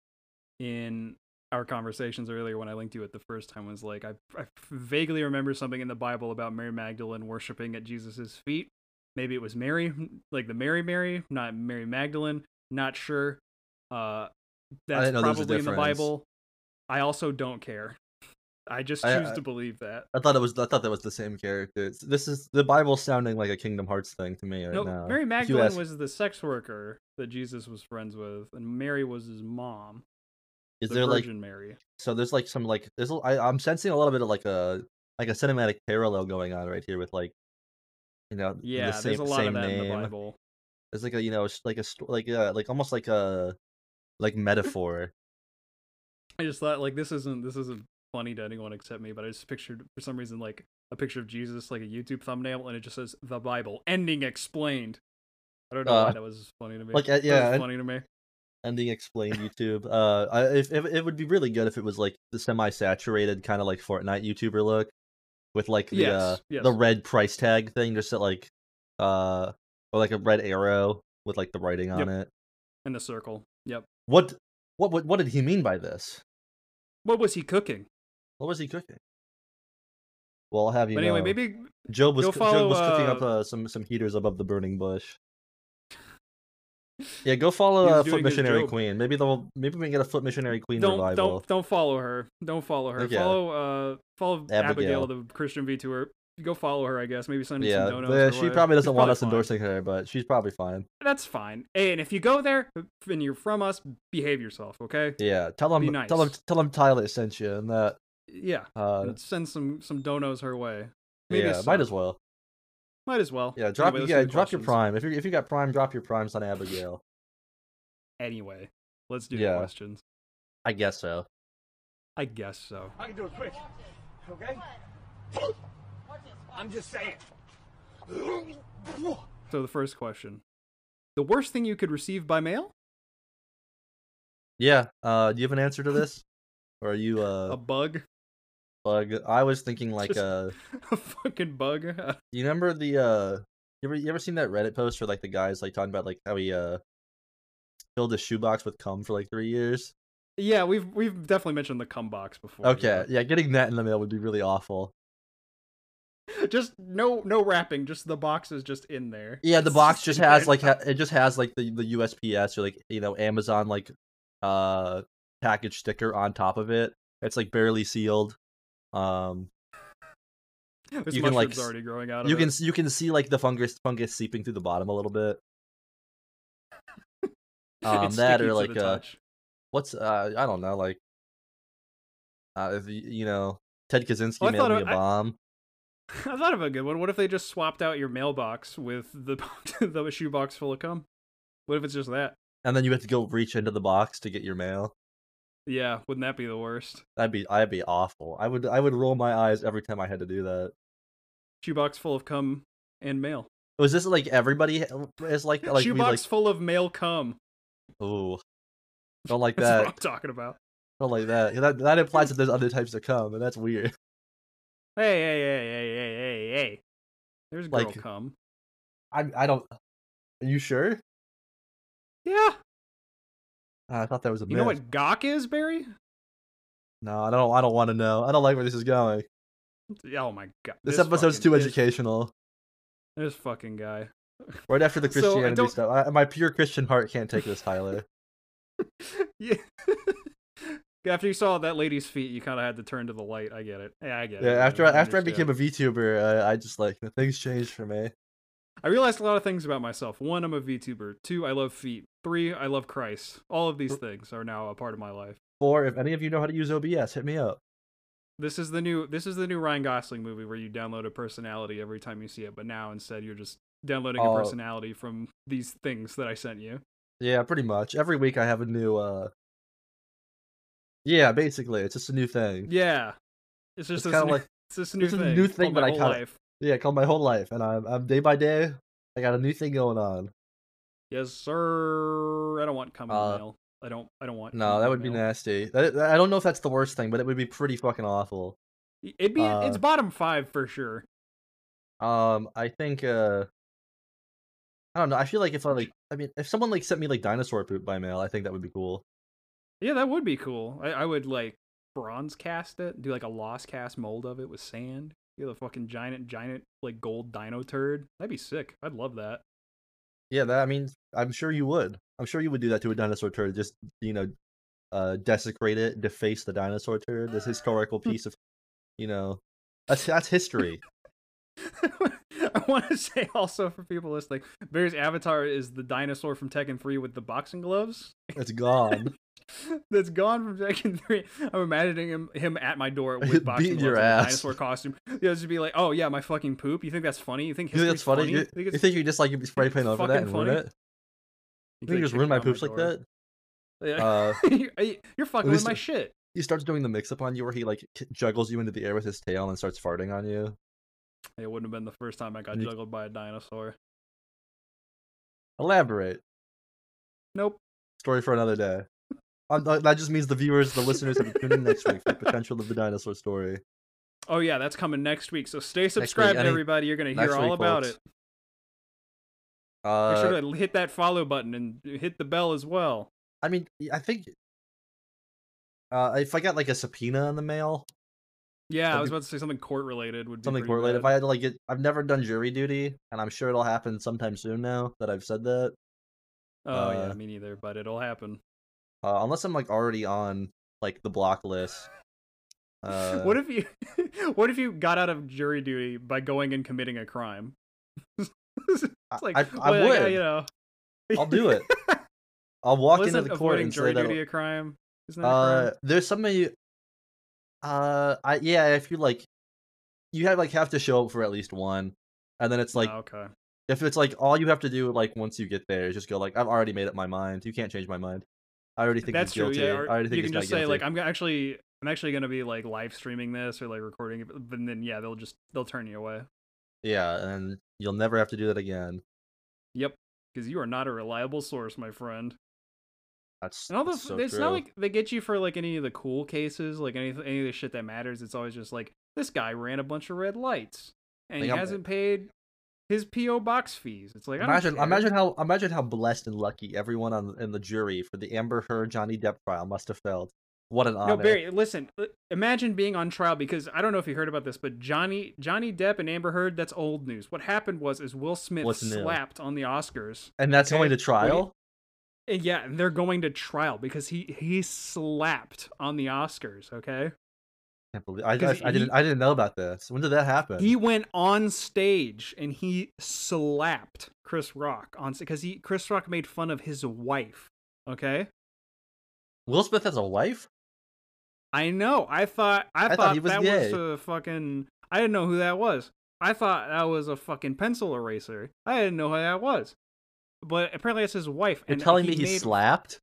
Speaker 1: in our conversations earlier when I linked you it the first time was like I, I vaguely remember something in the Bible about Mary Magdalene worshiping at Jesus' feet. Maybe it was Mary, like the Mary Mary, not Mary Magdalene. Not sure. Uh, that's
Speaker 2: didn't know there was a
Speaker 1: probably in the
Speaker 2: difference.
Speaker 1: Bible. I also don't care. I just choose
Speaker 2: I- I-
Speaker 1: to believe that.
Speaker 2: I thought it was. I thought that was the same character. It's- this is the Bible sounding like a Kingdom Hearts thing to me right
Speaker 1: no,
Speaker 2: now.
Speaker 1: Mary
Speaker 2: If you
Speaker 1: Magdalene
Speaker 2: ask,
Speaker 1: was the sex worker that Jesus was friends with, and Mary was his mom.
Speaker 2: Is
Speaker 1: the
Speaker 2: there like
Speaker 1: Virgin Mary?
Speaker 2: so? There's like some like there's. a- I, I'm sensing a little bit of like a like a cinematic parallel going on right here with like, you know,
Speaker 1: Yeah,
Speaker 2: the same,
Speaker 1: there's a lot
Speaker 2: same
Speaker 1: of that
Speaker 2: name.
Speaker 1: in the Bible.
Speaker 2: It's like a you know it's like a sto- like a like almost like
Speaker 1: Mm.
Speaker 2: a like metaphor.
Speaker 1: I just thought like this isn't this isn't funny to anyone except me, but I just pictured for some reason like a picture of Jesus like a YouTube thumbnail and it just says the Bible ending explained. I don't know why
Speaker 2: Uh,
Speaker 1: that was funny to me.
Speaker 2: like, uh,
Speaker 1: That was
Speaker 2: yeah, and-
Speaker 1: funny to me.
Speaker 2: ending explained YouTube. Uh, I, if, if it would be really good if it was like the semi-saturated kind of like Fortnite YouTuber look, with like the
Speaker 1: yes,
Speaker 2: uh,
Speaker 1: yes.
Speaker 2: the red price tag thing, just at like uh or like a red arrow with like the writing
Speaker 1: Yep.
Speaker 2: on it.
Speaker 1: in the circle. Yep.
Speaker 2: What what what what did he mean by this?
Speaker 1: What was he cooking?
Speaker 2: What was he cooking? Well, I'll have you
Speaker 1: but anyway,
Speaker 2: know,
Speaker 1: maybe
Speaker 2: Job was
Speaker 1: go
Speaker 2: coo- Job was cooking up
Speaker 1: follow,
Speaker 2: uh, some some heaters above the burning bush. Yeah, go follow
Speaker 1: He was
Speaker 2: uh, Foot
Speaker 1: doing his
Speaker 2: Missionary
Speaker 1: Job.
Speaker 2: Queen. Maybe they'll maybe we can get a Foot Missionary Queen
Speaker 1: don't
Speaker 2: revival.
Speaker 1: don't don't follow her. Don't follow her.
Speaker 2: Okay.
Speaker 1: Follow uh follow
Speaker 2: Abigail.
Speaker 1: Abigail, the Christian V tour. Go follow her, I guess. Maybe send her
Speaker 2: yeah,
Speaker 1: some donuts.
Speaker 2: the-
Speaker 1: or
Speaker 2: she
Speaker 1: whatever.
Speaker 2: probably
Speaker 1: She's
Speaker 2: doesn't want us
Speaker 1: fine.
Speaker 2: endorsing her, but she's probably fine.
Speaker 1: That's fine. Hey, and if you go there and you're from us, behave yourself, okay?
Speaker 2: Yeah, tell him,
Speaker 1: Be
Speaker 2: tell him,
Speaker 1: nice.
Speaker 2: tell him Tyler sent you, and that
Speaker 1: Yeah.
Speaker 2: uh,
Speaker 1: and send some some donos her way. Maybe a
Speaker 2: yeah, might as
Speaker 1: sub.
Speaker 2: well.
Speaker 1: Might as well.
Speaker 2: Yeah, drop
Speaker 1: Anyway, let's do
Speaker 2: yeah,
Speaker 1: the
Speaker 2: drop your
Speaker 1: questions.
Speaker 2: prime. If you if you got prime, drop your primes on Abigail.
Speaker 1: Anyway, let's do
Speaker 2: Yeah.
Speaker 1: the questions.
Speaker 2: I guess so.
Speaker 1: I guess so.
Speaker 3: I can do it quick. Okay? I'm just saying.
Speaker 1: So the first question: the worst thing you could receive by mail?
Speaker 2: Yeah. Uh, do you have an answer to this, or are you uh,
Speaker 1: a bug?
Speaker 2: bug? I was thinking like
Speaker 1: Just-
Speaker 2: uh,
Speaker 1: a fucking bug?
Speaker 2: you remember the uh, you ever you ever seen that Reddit post where like the guys like talking about like how he uh filled his shoebox with cum for like three years?
Speaker 1: yeah, we've we've definitely mentioned the cum box before.
Speaker 2: Okay, yeah, getting that in the mail would be really awful.
Speaker 1: yeah. Just no no wrapping. Just the box is just in there.
Speaker 2: Yeah, the box just has
Speaker 1: Stupid.
Speaker 2: like ha- it just has like the the USPS or like you know Amazon like uh package sticker on top of it. It's like barely sealed. Um,
Speaker 1: This
Speaker 2: you can, like,
Speaker 1: mushroom's already growing out. Of
Speaker 2: you
Speaker 1: it.
Speaker 2: can s- you can see like the fungus fungus seeping through the bottom a little bit. Um,
Speaker 1: It's
Speaker 2: that
Speaker 1: sticky
Speaker 2: or
Speaker 1: to
Speaker 2: like
Speaker 1: the
Speaker 2: uh,
Speaker 1: touch.
Speaker 2: what's uh I don't know like uh if, y- you know Ted Kaczynski
Speaker 1: Oh, I
Speaker 2: mailed
Speaker 1: thought
Speaker 2: me a
Speaker 1: I-
Speaker 2: bomb.
Speaker 1: I thought of a good one. What if they just swapped out your mailbox with the the shoebox full of cum? What if it's just that?
Speaker 2: And then you have to go reach into the box to get your mail.
Speaker 1: Yeah, wouldn't that be the worst?
Speaker 2: I'd be I'd be awful. I would I would roll my eyes every time I had to do that.
Speaker 1: Shoebox full of cum and mail.
Speaker 2: Was this like everybody is like like we
Speaker 1: Shoebox
Speaker 2: like
Speaker 1: full of male cum.
Speaker 2: ooh. Don't like
Speaker 1: That's what I'm
Speaker 2: that.
Speaker 1: talking about.
Speaker 2: Don't like that. That that implies that there's other types that come, and that's weird.
Speaker 1: Hey, hey, hey, hey, hey, hey, hey. There's girl
Speaker 2: Like-
Speaker 1: cum.
Speaker 2: I I don't. Are you sure?
Speaker 1: Yeah.
Speaker 2: Ah, I thought that was a
Speaker 1: You know
Speaker 2: myth.
Speaker 1: what gawk is, Barry?
Speaker 2: No, I don't. I don't want to know. I don't like where this is going.
Speaker 1: Oh my god.
Speaker 2: This, episode's
Speaker 1: fucking-
Speaker 2: too
Speaker 1: this-
Speaker 2: educational.
Speaker 1: This fucking guy.
Speaker 2: Right after the
Speaker 1: So, I
Speaker 2: Christianity
Speaker 1: don't-
Speaker 2: stuff, I, my pure Christian heart can't take this, Tyler.
Speaker 1: Yeah. after you saw that lady's feet, you kind of had to turn to the light. I get it. Yeah, I get
Speaker 2: yeah,
Speaker 1: it.
Speaker 2: after I, after I
Speaker 1: understand.
Speaker 2: became a VTuber, I, I just like things changed for me.
Speaker 1: I realized a lot of things about myself. One, I'm a VTuber. Two, I love feet. Three, I love Christ. All of these things are now a part of my life.
Speaker 2: Four, if any of you know how to use OBS, hit me up.
Speaker 1: This is the new this is the new Ryan Gosling movie where you download a personality every time you see it, but now instead you're just downloading
Speaker 2: Oh.
Speaker 1: a personality from these things that I sent you.
Speaker 2: Yeah, pretty much every week I have a new. uh Yeah, basically, it's just a new thing.
Speaker 1: Yeah. It's just
Speaker 2: It's
Speaker 1: this
Speaker 2: kinda
Speaker 1: new,
Speaker 2: like-
Speaker 1: it's this new
Speaker 2: it's a
Speaker 1: thing.
Speaker 2: new
Speaker 1: It's
Speaker 2: thing
Speaker 1: called
Speaker 2: that
Speaker 1: my
Speaker 2: I
Speaker 1: whole
Speaker 2: kinda-
Speaker 1: life.
Speaker 2: Yeah, called my whole life, and I'm, I'm day by day. I got a new thing going on.
Speaker 1: Yes, sir. I don't want cum in
Speaker 2: Uh,
Speaker 1: the mail. I don't I don't want cum
Speaker 2: No,
Speaker 1: in
Speaker 2: that
Speaker 1: the
Speaker 2: would be
Speaker 1: mail.
Speaker 2: nasty. That, that- I don't know if that's the worst thing, but it would be pretty fucking awful.
Speaker 1: It'd be it's
Speaker 2: Uh,
Speaker 1: bottom five for sure.
Speaker 2: Um, I think uh, I don't know. I feel like if I like, I mean, if someone like sent me like dinosaur poop by mail, I think that would be cool.
Speaker 1: Yeah, that would be cool. I, I would like bronze cast it, do like a lost cast mold of it with sand. Get a fucking giant, giant like gold dino turd. That'd be sick. I'd love that.
Speaker 2: Yeah, that I mean, I'm sure you would. I'm sure you would do that to a dinosaur turd. Just you know, uh, desecrate it, deface the dinosaur turd, this historical piece of, you know, that's that's history.
Speaker 1: I want to say also for people listening, Barry's avatar is the dinosaur from Tekken 3 with the boxing gloves.
Speaker 2: It's gone.
Speaker 1: that's gone from Tekken 3. I'm imagining him, him at my door
Speaker 2: Beating
Speaker 1: with boxing gloves
Speaker 2: your
Speaker 1: and a
Speaker 2: ass.
Speaker 1: dinosaur costume. He'll just be like, "Oh yeah, my fucking poop. You think that's funny? You think
Speaker 2: you think that's
Speaker 1: history's
Speaker 2: funny? You,
Speaker 1: You think
Speaker 2: you
Speaker 1: it's-
Speaker 2: think you just like you'd be spray paint over that
Speaker 1: fucking
Speaker 2: and ruin
Speaker 1: funny?
Speaker 2: it?
Speaker 1: you
Speaker 2: You think
Speaker 1: they
Speaker 2: you just
Speaker 1: kicked
Speaker 2: ruin
Speaker 1: it
Speaker 2: my
Speaker 1: on
Speaker 2: poops like
Speaker 1: door?
Speaker 2: that?
Speaker 1: Yeah.
Speaker 2: Uh,
Speaker 1: you're, you're fucking with
Speaker 2: least-
Speaker 1: my shit.
Speaker 2: he starts doing the mix up on you, where he like k- juggles you into the air with his tail and starts farting on you.
Speaker 1: It wouldn't have been the first time I got
Speaker 2: Nick-
Speaker 1: juggled by a dinosaur.
Speaker 2: Elaborate.
Speaker 1: Nope.
Speaker 2: Story for another day. Uh, th- that just means the viewers, the listeners, have to tune in next week for the potential of the dinosaur story.
Speaker 1: Oh yeah, that's coming next week. So stay subscribed,
Speaker 2: any-
Speaker 1: everybody. You're gonna
Speaker 2: next
Speaker 1: hear all
Speaker 2: week,
Speaker 1: about
Speaker 2: folks.
Speaker 1: it. Make
Speaker 2: Uh,
Speaker 1: sure to hit that follow button and hit the bell as well.
Speaker 2: I mean, I think uh, if I got like a subpoena in the mail,
Speaker 1: Yeah, I
Speaker 2: that'd
Speaker 1: was
Speaker 2: be-
Speaker 1: about to say something court related would be
Speaker 2: something
Speaker 1: pretty
Speaker 2: court related. If
Speaker 1: bad.
Speaker 2: I had to like get, I've never done jury duty, and I'm sure it'll happen sometime soon. Now that I've said that,
Speaker 1: Oh yeah,
Speaker 2: uh,
Speaker 1: me neither. But it'll happen.
Speaker 2: uh, unless I'm like already on like the block list. Uh,
Speaker 1: what if you, what if you got out of jury duty by going and committing a crime? it's
Speaker 2: I-
Speaker 1: like
Speaker 2: I, I
Speaker 1: well,
Speaker 2: would.
Speaker 1: yeah, you know,
Speaker 2: I'll do it. I'll walk
Speaker 1: Wasn't
Speaker 2: into the court
Speaker 1: avoiding
Speaker 2: and say
Speaker 1: jury
Speaker 2: that
Speaker 1: duty a crime? Isn't that a crime?
Speaker 2: Uh, there's somebody. Uh, I yeah. If you like, you have like have to show up for at least one, and then it's like
Speaker 1: Oh, okay.
Speaker 2: if it's like all you have to do like once you get there is just go like I've already made up my mind. You can't change my mind. I already think
Speaker 1: That's
Speaker 2: he's guilty.
Speaker 1: true. Yeah,
Speaker 2: I
Speaker 1: or
Speaker 2: already think
Speaker 1: you
Speaker 2: he's
Speaker 1: can
Speaker 2: not
Speaker 1: just say
Speaker 2: guilty.
Speaker 1: like I'm g- actually I'm actually gonna be like live streaming this or like recording it, but then yeah, they'll just they'll turn you away.
Speaker 2: yeah, and you'll never have to do that again.
Speaker 1: Yep, because you are not a reliable source, my friend.
Speaker 2: That's,
Speaker 1: And all the
Speaker 2: that's so
Speaker 1: it's
Speaker 2: true.
Speaker 1: not like they get you for like any of the cool cases, like any any of the shit that matters. It's always just like this guy ran a bunch of red lights and
Speaker 2: Like,
Speaker 1: he
Speaker 2: I'm-
Speaker 1: hasn't paid his PO box fees. It's like I don't
Speaker 2: Imagine,
Speaker 1: care.
Speaker 2: imagine how imagine how blessed and lucky everyone on in the jury for the Amber Heard Johnny Depp trial must have felt. What an honor!
Speaker 1: No, Barry, listen. l- Imagine being on trial because I don't know if you heard about this, but Johnny Johnny Depp and Amber Heard, that's old news. What happened was is Will Smith
Speaker 2: What's new?
Speaker 1: slapped on the Oscars.
Speaker 2: and that's
Speaker 1: okay,
Speaker 2: going to
Speaker 1: what do you-
Speaker 2: trial.
Speaker 1: And yeah, and they're going to trial because he he slapped on the Oscars, okay?
Speaker 2: Can't believe I, I,
Speaker 1: Because
Speaker 2: I
Speaker 1: he-
Speaker 2: didn't I didn't know about this. When did that happen?
Speaker 1: He went on stage and he slapped Chris Rock on because he Chris Rock made fun of his wife, okay?
Speaker 2: Will Smith has a wife?
Speaker 1: I know. I thought I,
Speaker 2: I thought
Speaker 1: thought,
Speaker 2: he was
Speaker 1: that was
Speaker 2: gay.
Speaker 1: a fucking. I didn't know who that was. I thought that was a fucking pencil eraser. I didn't know who that was. But apparently, it's his wife.
Speaker 2: You're
Speaker 1: and
Speaker 2: telling
Speaker 1: he
Speaker 2: me he
Speaker 1: made-
Speaker 2: slapped?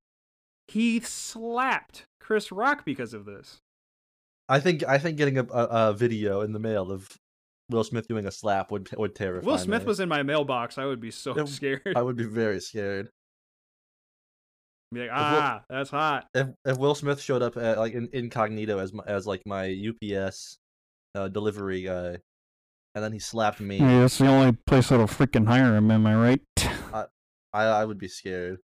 Speaker 1: He slapped Chris Rock because of this.
Speaker 2: I think I think getting a, a, a video in the mail of Will Smith doing a slap would would terrify
Speaker 1: Will Smith
Speaker 2: me.
Speaker 1: was in my mailbox. I would be so
Speaker 2: Yeah,
Speaker 1: scared.
Speaker 2: I would be very scared.
Speaker 1: be like, ah, that's hot.
Speaker 2: if if Will Smith showed up uh like in, incognito as my, as like my UPS uh, delivery guy, and then he slapped me,
Speaker 1: that's the only place that'll freaking hire him. Am I right?
Speaker 2: I, I would be scared.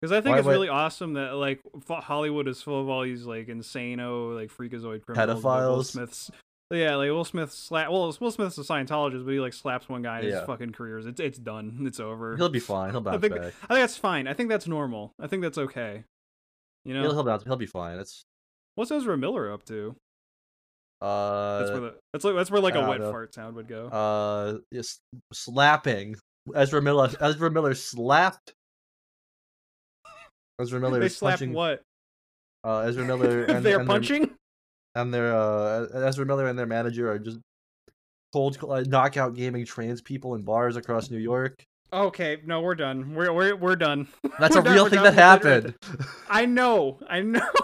Speaker 1: Because I think
Speaker 2: Why
Speaker 1: it's
Speaker 2: would-
Speaker 1: really awesome that like fo- Hollywood is full of all these like insano, like freakazoid criminals. but Will
Speaker 2: Pedophiles.
Speaker 1: Smith's yeah, like Will Smith slap. Well, Will Smith's a Scientologist, but he like slaps one guy and his
Speaker 2: Yeah.
Speaker 1: fucking careers. It's it's done. It's over.
Speaker 2: He'll be fine. He'll
Speaker 1: I
Speaker 2: bounce
Speaker 1: think I
Speaker 2: back.
Speaker 1: think that's fine. I think that's normal. I think that's okay. You know,
Speaker 2: He'll, he'll bounce. He'll be fine. It's
Speaker 1: what's Ezra Miller up to?
Speaker 2: uh
Speaker 1: That's where the that's like that's where like
Speaker 2: I
Speaker 1: a
Speaker 2: don't
Speaker 1: wet
Speaker 2: know.
Speaker 1: fart sound would go.
Speaker 2: uh yes, slapping Ezra Miller. Ezra Miller slapped. Ezra Miller
Speaker 1: they
Speaker 2: is
Speaker 1: slap
Speaker 2: punching.
Speaker 1: what?
Speaker 2: Uh, Ezra Miller and
Speaker 1: They're
Speaker 2: and their-
Speaker 1: punching.
Speaker 2: and their uh, Ezra Miller and their manager are just cold uh, knockout gaming trans people in bars across New York.
Speaker 1: Okay, no, we're done. We're we're we're done.
Speaker 2: That's
Speaker 1: We're
Speaker 2: a
Speaker 1: done,
Speaker 2: real
Speaker 1: we're
Speaker 2: thing
Speaker 1: done
Speaker 2: that
Speaker 1: with it right
Speaker 2: happened.
Speaker 1: I know, I know.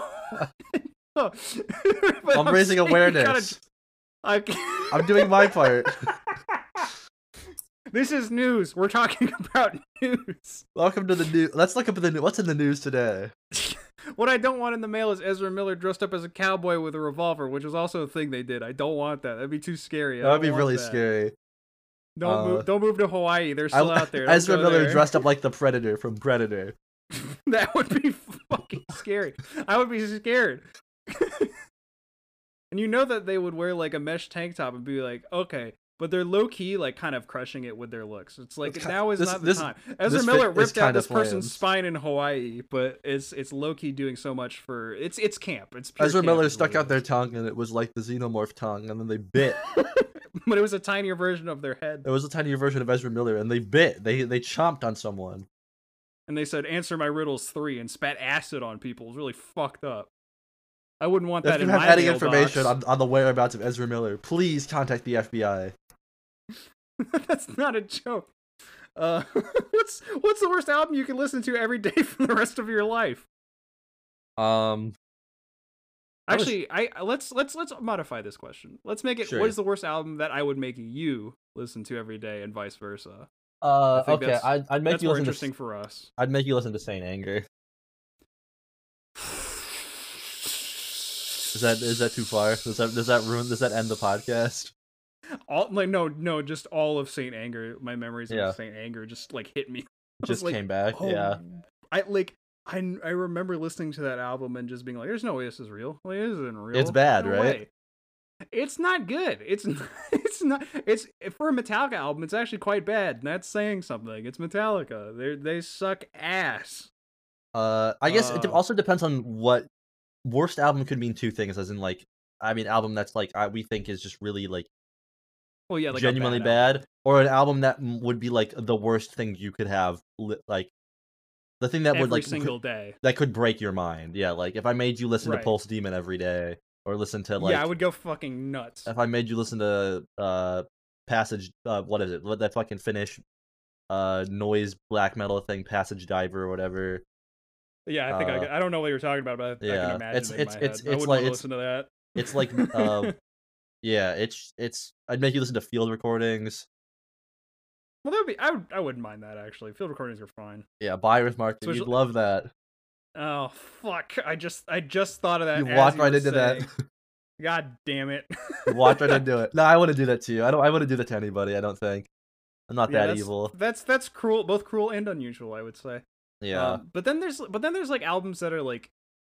Speaker 1: But
Speaker 2: I'm raising
Speaker 1: saying you gotta-
Speaker 2: awareness.
Speaker 1: I ca-
Speaker 2: I'm doing my part.
Speaker 1: this is news. We're talking about news.
Speaker 2: Welcome to the new. Let's look up at the new. What's in the news today?
Speaker 1: What I don't want in the mail is Ezra Miller dressed up as a cowboy with a revolver, which was also a thing they did. I don't want that. That'd be too scary. I
Speaker 2: That would
Speaker 1: don't
Speaker 2: be
Speaker 1: want
Speaker 2: really
Speaker 1: that.
Speaker 2: scary.
Speaker 1: Don't
Speaker 2: Uh,
Speaker 1: move. Don't move to Hawaii. They're
Speaker 2: I-
Speaker 1: still out there. Don't
Speaker 2: Ezra
Speaker 1: go
Speaker 2: Miller
Speaker 1: there.
Speaker 2: dressed up like the Predator from Predator.
Speaker 1: That would be fucking scary. I would be scared. and you know that they would wear like a mesh tank top and be like, okay, but they're low key like kind of crushing it with their looks. It's like
Speaker 2: It's ki-
Speaker 1: now is
Speaker 2: this-
Speaker 1: not the
Speaker 2: this-
Speaker 1: time. Ezra
Speaker 2: this fi-
Speaker 1: Miller
Speaker 2: is
Speaker 1: ripped out
Speaker 2: kinda
Speaker 1: this person's
Speaker 2: plans.
Speaker 1: spine in Hawaii, but it's it's low key doing so much for it's it's camp. It's pure
Speaker 2: Ezra
Speaker 1: camp
Speaker 2: Miller
Speaker 1: is what
Speaker 2: stuck
Speaker 1: it
Speaker 2: out their
Speaker 1: is.
Speaker 2: tongue, and it was like the xenomorph tongue, and then they bit.
Speaker 1: but it was a tinier version of their head.
Speaker 2: it was a tinier version of Ezra Miller, and they bit. They they chomped on someone.
Speaker 1: and they said answer my riddles three and spat acid on people. It was really fucked up. I wouldn't want that
Speaker 2: If you
Speaker 1: in
Speaker 2: have
Speaker 1: my
Speaker 2: any
Speaker 1: mailbox.
Speaker 2: information on, on the whereabouts of Ezra Miller, please contact the FBI.
Speaker 1: That's not a joke. Uh, what's what's the worst album you can listen to every day for the rest of your life?
Speaker 2: Um, I was-
Speaker 1: Actually, I I- let's let's let's modify this question. Let's make it
Speaker 2: Sure.
Speaker 1: what is the worst album that I would make you listen to every day and vice versa.
Speaker 2: uh,
Speaker 1: I think
Speaker 2: okay,
Speaker 1: that's-
Speaker 2: I'd, I'd make
Speaker 1: That's
Speaker 2: you
Speaker 1: more
Speaker 2: listen
Speaker 1: interesting
Speaker 2: to
Speaker 1: for us.
Speaker 2: I'd make you listen to Saint Anger. Is that is that too far? Does that does that ruin? Does that end the podcast?
Speaker 1: All like no no just all of Saint Anger. My memories
Speaker 2: Yeah.
Speaker 1: of Saint Anger just like hit me. I was
Speaker 2: Just
Speaker 1: like,
Speaker 2: came back.
Speaker 1: Oh,
Speaker 2: yeah,
Speaker 1: I like. I, I remember listening to that album and just being like, "There's no way this is real. Like, this isn't real.
Speaker 2: It's bad,
Speaker 1: No
Speaker 2: right?
Speaker 1: way." It's not good. It's n- it's not. It's for a Metallica album. It's actually quite bad. And that's saying something. It's Metallica. They they suck ass.
Speaker 2: Uh, I guess it de-
Speaker 1: Uh.
Speaker 2: also depends on what worst album could mean two things, as in like I mean album that's like I, we think is just really like
Speaker 1: Well, yeah, like a
Speaker 2: genuinely
Speaker 1: bad. album.
Speaker 2: bad, or an album that m- would be like the worst thing you could have li- like the thing that
Speaker 1: Every
Speaker 2: would like
Speaker 1: single
Speaker 2: could,
Speaker 1: day.
Speaker 2: that could break your mind. Yeah, like if I made you listen
Speaker 1: Right.
Speaker 2: to Pulse Demon every day, or listen to like
Speaker 1: yeah, I would go fucking nuts.
Speaker 2: if I made you listen to uh Passage, uh, what is it? What that fucking Finnish uh noise black metal thing, Passage Diver or whatever.
Speaker 1: Yeah, I think I,
Speaker 2: uh,
Speaker 1: could- I don't know what you're talking about, but I, I can
Speaker 2: yeah,
Speaker 1: imagine
Speaker 2: it's-
Speaker 1: it in
Speaker 2: it's-
Speaker 1: my
Speaker 2: it's-
Speaker 1: head. I
Speaker 2: it's
Speaker 1: wouldn't
Speaker 2: like-
Speaker 1: want to
Speaker 2: it's-
Speaker 1: listen to that.
Speaker 2: it's like, uh, Yeah, it's it's. I'd make you listen to field recordings.
Speaker 1: well, that would be. I would. I wouldn't mind that actually. Field recordings are fine.
Speaker 2: Yeah, Byron Market. You'd
Speaker 1: Especially-
Speaker 2: love that.
Speaker 1: Oh fuck! I just I just thought of that.
Speaker 2: You
Speaker 1: as
Speaker 2: walked right
Speaker 1: were
Speaker 2: into that.
Speaker 1: saying. God damn it!
Speaker 2: You walked right into it. No, I wouldn't do that to you. I don't. I wouldn't do that to anybody. I don't think. I'm not
Speaker 1: Yeah,
Speaker 2: that
Speaker 1: that's,
Speaker 2: evil.
Speaker 1: That's that's cruel, both cruel and unusual, I would say.
Speaker 2: Yeah.
Speaker 1: Um, but then there's but then there's like albums that are like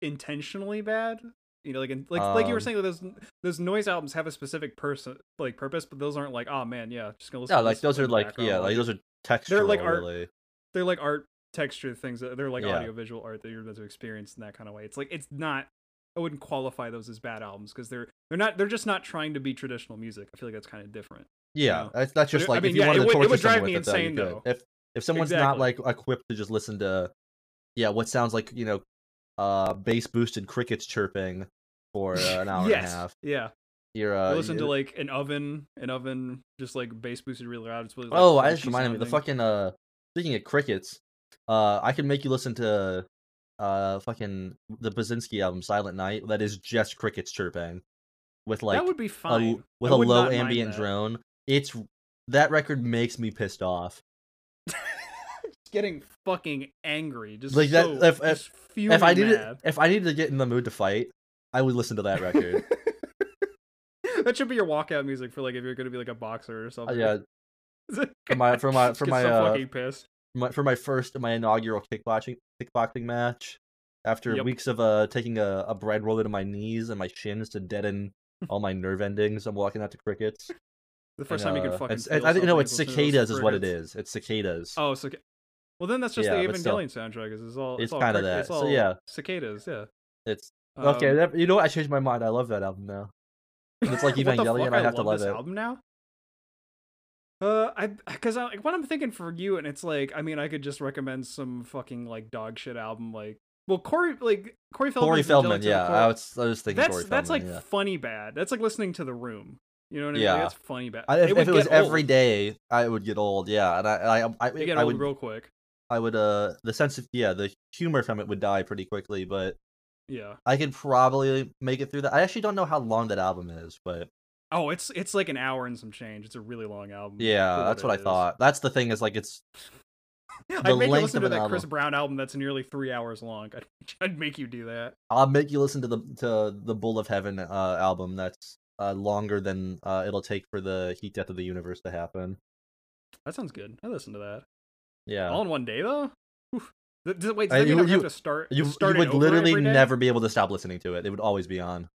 Speaker 1: intentionally bad. You know, like in, like like you were
Speaker 2: Um,
Speaker 1: saying, like, those those noise albums have a specific person like purpose, but those aren't like oh man, yeah, just gonna listen.
Speaker 2: yeah,
Speaker 1: to
Speaker 2: like
Speaker 1: this
Speaker 2: those
Speaker 1: in
Speaker 2: are
Speaker 1: the
Speaker 2: like
Speaker 1: background
Speaker 2: yeah,
Speaker 1: while
Speaker 2: like
Speaker 1: you-
Speaker 2: those are textual.
Speaker 1: like art-
Speaker 2: really.
Speaker 1: they're like art texture things. That, they're like
Speaker 2: Yeah.
Speaker 1: audio visual art that you're meant to experience in that kind of way. It's like it's not. I wouldn't qualify those as bad albums because they're they're not they're just not trying to be traditional music. I feel like that's kind of different.
Speaker 2: Yeah,
Speaker 1: know.
Speaker 2: that's, that's
Speaker 1: But
Speaker 2: just
Speaker 1: it- I
Speaker 2: like
Speaker 1: mean,
Speaker 2: if you
Speaker 1: yeah,
Speaker 2: wanted
Speaker 1: it
Speaker 2: to
Speaker 1: would- it
Speaker 2: torture
Speaker 1: would drive
Speaker 2: someone
Speaker 1: me
Speaker 2: with it, though, you
Speaker 1: insane,
Speaker 2: could. If if someone's not like equipped to just listen to, yeah, what sounds like you know, uh, bass boosted crickets chirping for uh, an hour
Speaker 1: yes.
Speaker 2: and a half.
Speaker 1: Yeah.
Speaker 2: You're
Speaker 1: I
Speaker 2: uh,
Speaker 1: listen
Speaker 2: you-
Speaker 1: to like an oven, an oven, just like bass boosted really loud. It's really, like,
Speaker 2: oh, I just
Speaker 1: crunchy
Speaker 2: reminded me the
Speaker 1: sounding.
Speaker 2: fucking uh. Speaking of crickets, uh, I can make you listen to uh fucking the Basinski album Silent Night that is just crickets chirping with like
Speaker 1: that would be
Speaker 2: a-
Speaker 1: fine
Speaker 2: with
Speaker 1: a
Speaker 2: a low ambient drone. It's that record makes me pissed off.
Speaker 1: getting fucking angry, just
Speaker 2: Like that-
Speaker 1: so-
Speaker 2: if- if-
Speaker 1: just fuming
Speaker 2: if I needed
Speaker 1: mad.
Speaker 2: if I needed to get in the mood to fight, I would listen to that record.
Speaker 1: that should be your walkout music for like if you're gonna be like a boxer or
Speaker 2: Uh,
Speaker 1: something.
Speaker 2: yeah, for my- for my- for
Speaker 1: Get
Speaker 2: my,
Speaker 1: so
Speaker 2: uh,
Speaker 1: fucking pissed.
Speaker 2: my, for my first my inaugural kickboxing kickboxing match after
Speaker 1: Yep.
Speaker 2: weeks of uh taking a, a bread roller to my knees and my shins to deaden all my nerve endings. I'm walking out to crickets.
Speaker 1: The first
Speaker 2: and,
Speaker 1: time you
Speaker 2: uh,
Speaker 1: can fucking.
Speaker 2: it's- I-
Speaker 1: feel
Speaker 2: I, didn't know
Speaker 1: something
Speaker 2: it's
Speaker 1: is listening to those
Speaker 2: cicadas is what it
Speaker 1: crickets.
Speaker 2: is. It's cicadas.
Speaker 1: Oh, so well then that's just
Speaker 2: Yeah,
Speaker 1: the
Speaker 2: but still.
Speaker 1: Evangelion soundtrack. Is it's all
Speaker 2: It's
Speaker 1: all
Speaker 2: kinda
Speaker 1: crick-
Speaker 2: that,
Speaker 1: It's
Speaker 2: so
Speaker 1: all
Speaker 2: yeah.
Speaker 1: cicadas. Yeah.
Speaker 2: It's okay.
Speaker 1: Um,
Speaker 2: that, you know what? I changed my mind. I love that album now. it's like
Speaker 1: What the
Speaker 2: Evangelion,
Speaker 1: fuck,
Speaker 2: I have to love
Speaker 1: this
Speaker 2: it.
Speaker 1: album now. Uh, I because I like, what I'm thinking for you, and it's like I mean I could just recommend some fucking like dog shit album like well Corey like Corey Feldman.
Speaker 2: Corey Feldman. Yeah, I was, I was thinking
Speaker 1: that's
Speaker 2: Corey
Speaker 1: that's like
Speaker 2: Feldman. yeah.
Speaker 1: funny bad. That's like listening to The Room. You know what I mean?
Speaker 2: Yeah.
Speaker 1: Like, that's funny bad.
Speaker 2: I, if if it,
Speaker 1: would
Speaker 2: was
Speaker 1: get old.
Speaker 2: every day, I would get old. Yeah, and I, I, I,
Speaker 1: You get
Speaker 2: I
Speaker 1: old
Speaker 2: would,
Speaker 1: real quick.
Speaker 2: I would, uh, the sense of yeah, the humor from it would die pretty quickly. But
Speaker 1: Yeah.
Speaker 2: I could probably make it through that. I actually don't know how long that album is, but
Speaker 1: Oh, it's it's like an hour and some change. It's a really long album.
Speaker 2: yeah,
Speaker 1: for
Speaker 2: that's
Speaker 1: it
Speaker 2: what I
Speaker 1: is.
Speaker 2: thought. That's the thing is like it's the
Speaker 1: I'd make you
Speaker 2: length
Speaker 1: listen
Speaker 2: of
Speaker 1: to
Speaker 2: an
Speaker 1: that Chris
Speaker 2: album.
Speaker 1: Brown album that's nearly three hours long. I'd, I'd make you do that.
Speaker 2: I'll make you listen to the to the Bull of Heaven uh, album. That's uh, longer than uh, it'll take for the heat death of the universe to happen.
Speaker 1: That sounds good. I listen to that.
Speaker 2: Yeah,
Speaker 1: All in one day though. Oof. Th- does- wait,
Speaker 2: Uh,
Speaker 1: does that mean
Speaker 2: you-
Speaker 1: I would have
Speaker 2: you-
Speaker 1: to start?
Speaker 2: you, you
Speaker 1: start it
Speaker 2: would
Speaker 1: over
Speaker 2: literally
Speaker 1: every day?
Speaker 2: never be able to stop listening to it. It would always be on.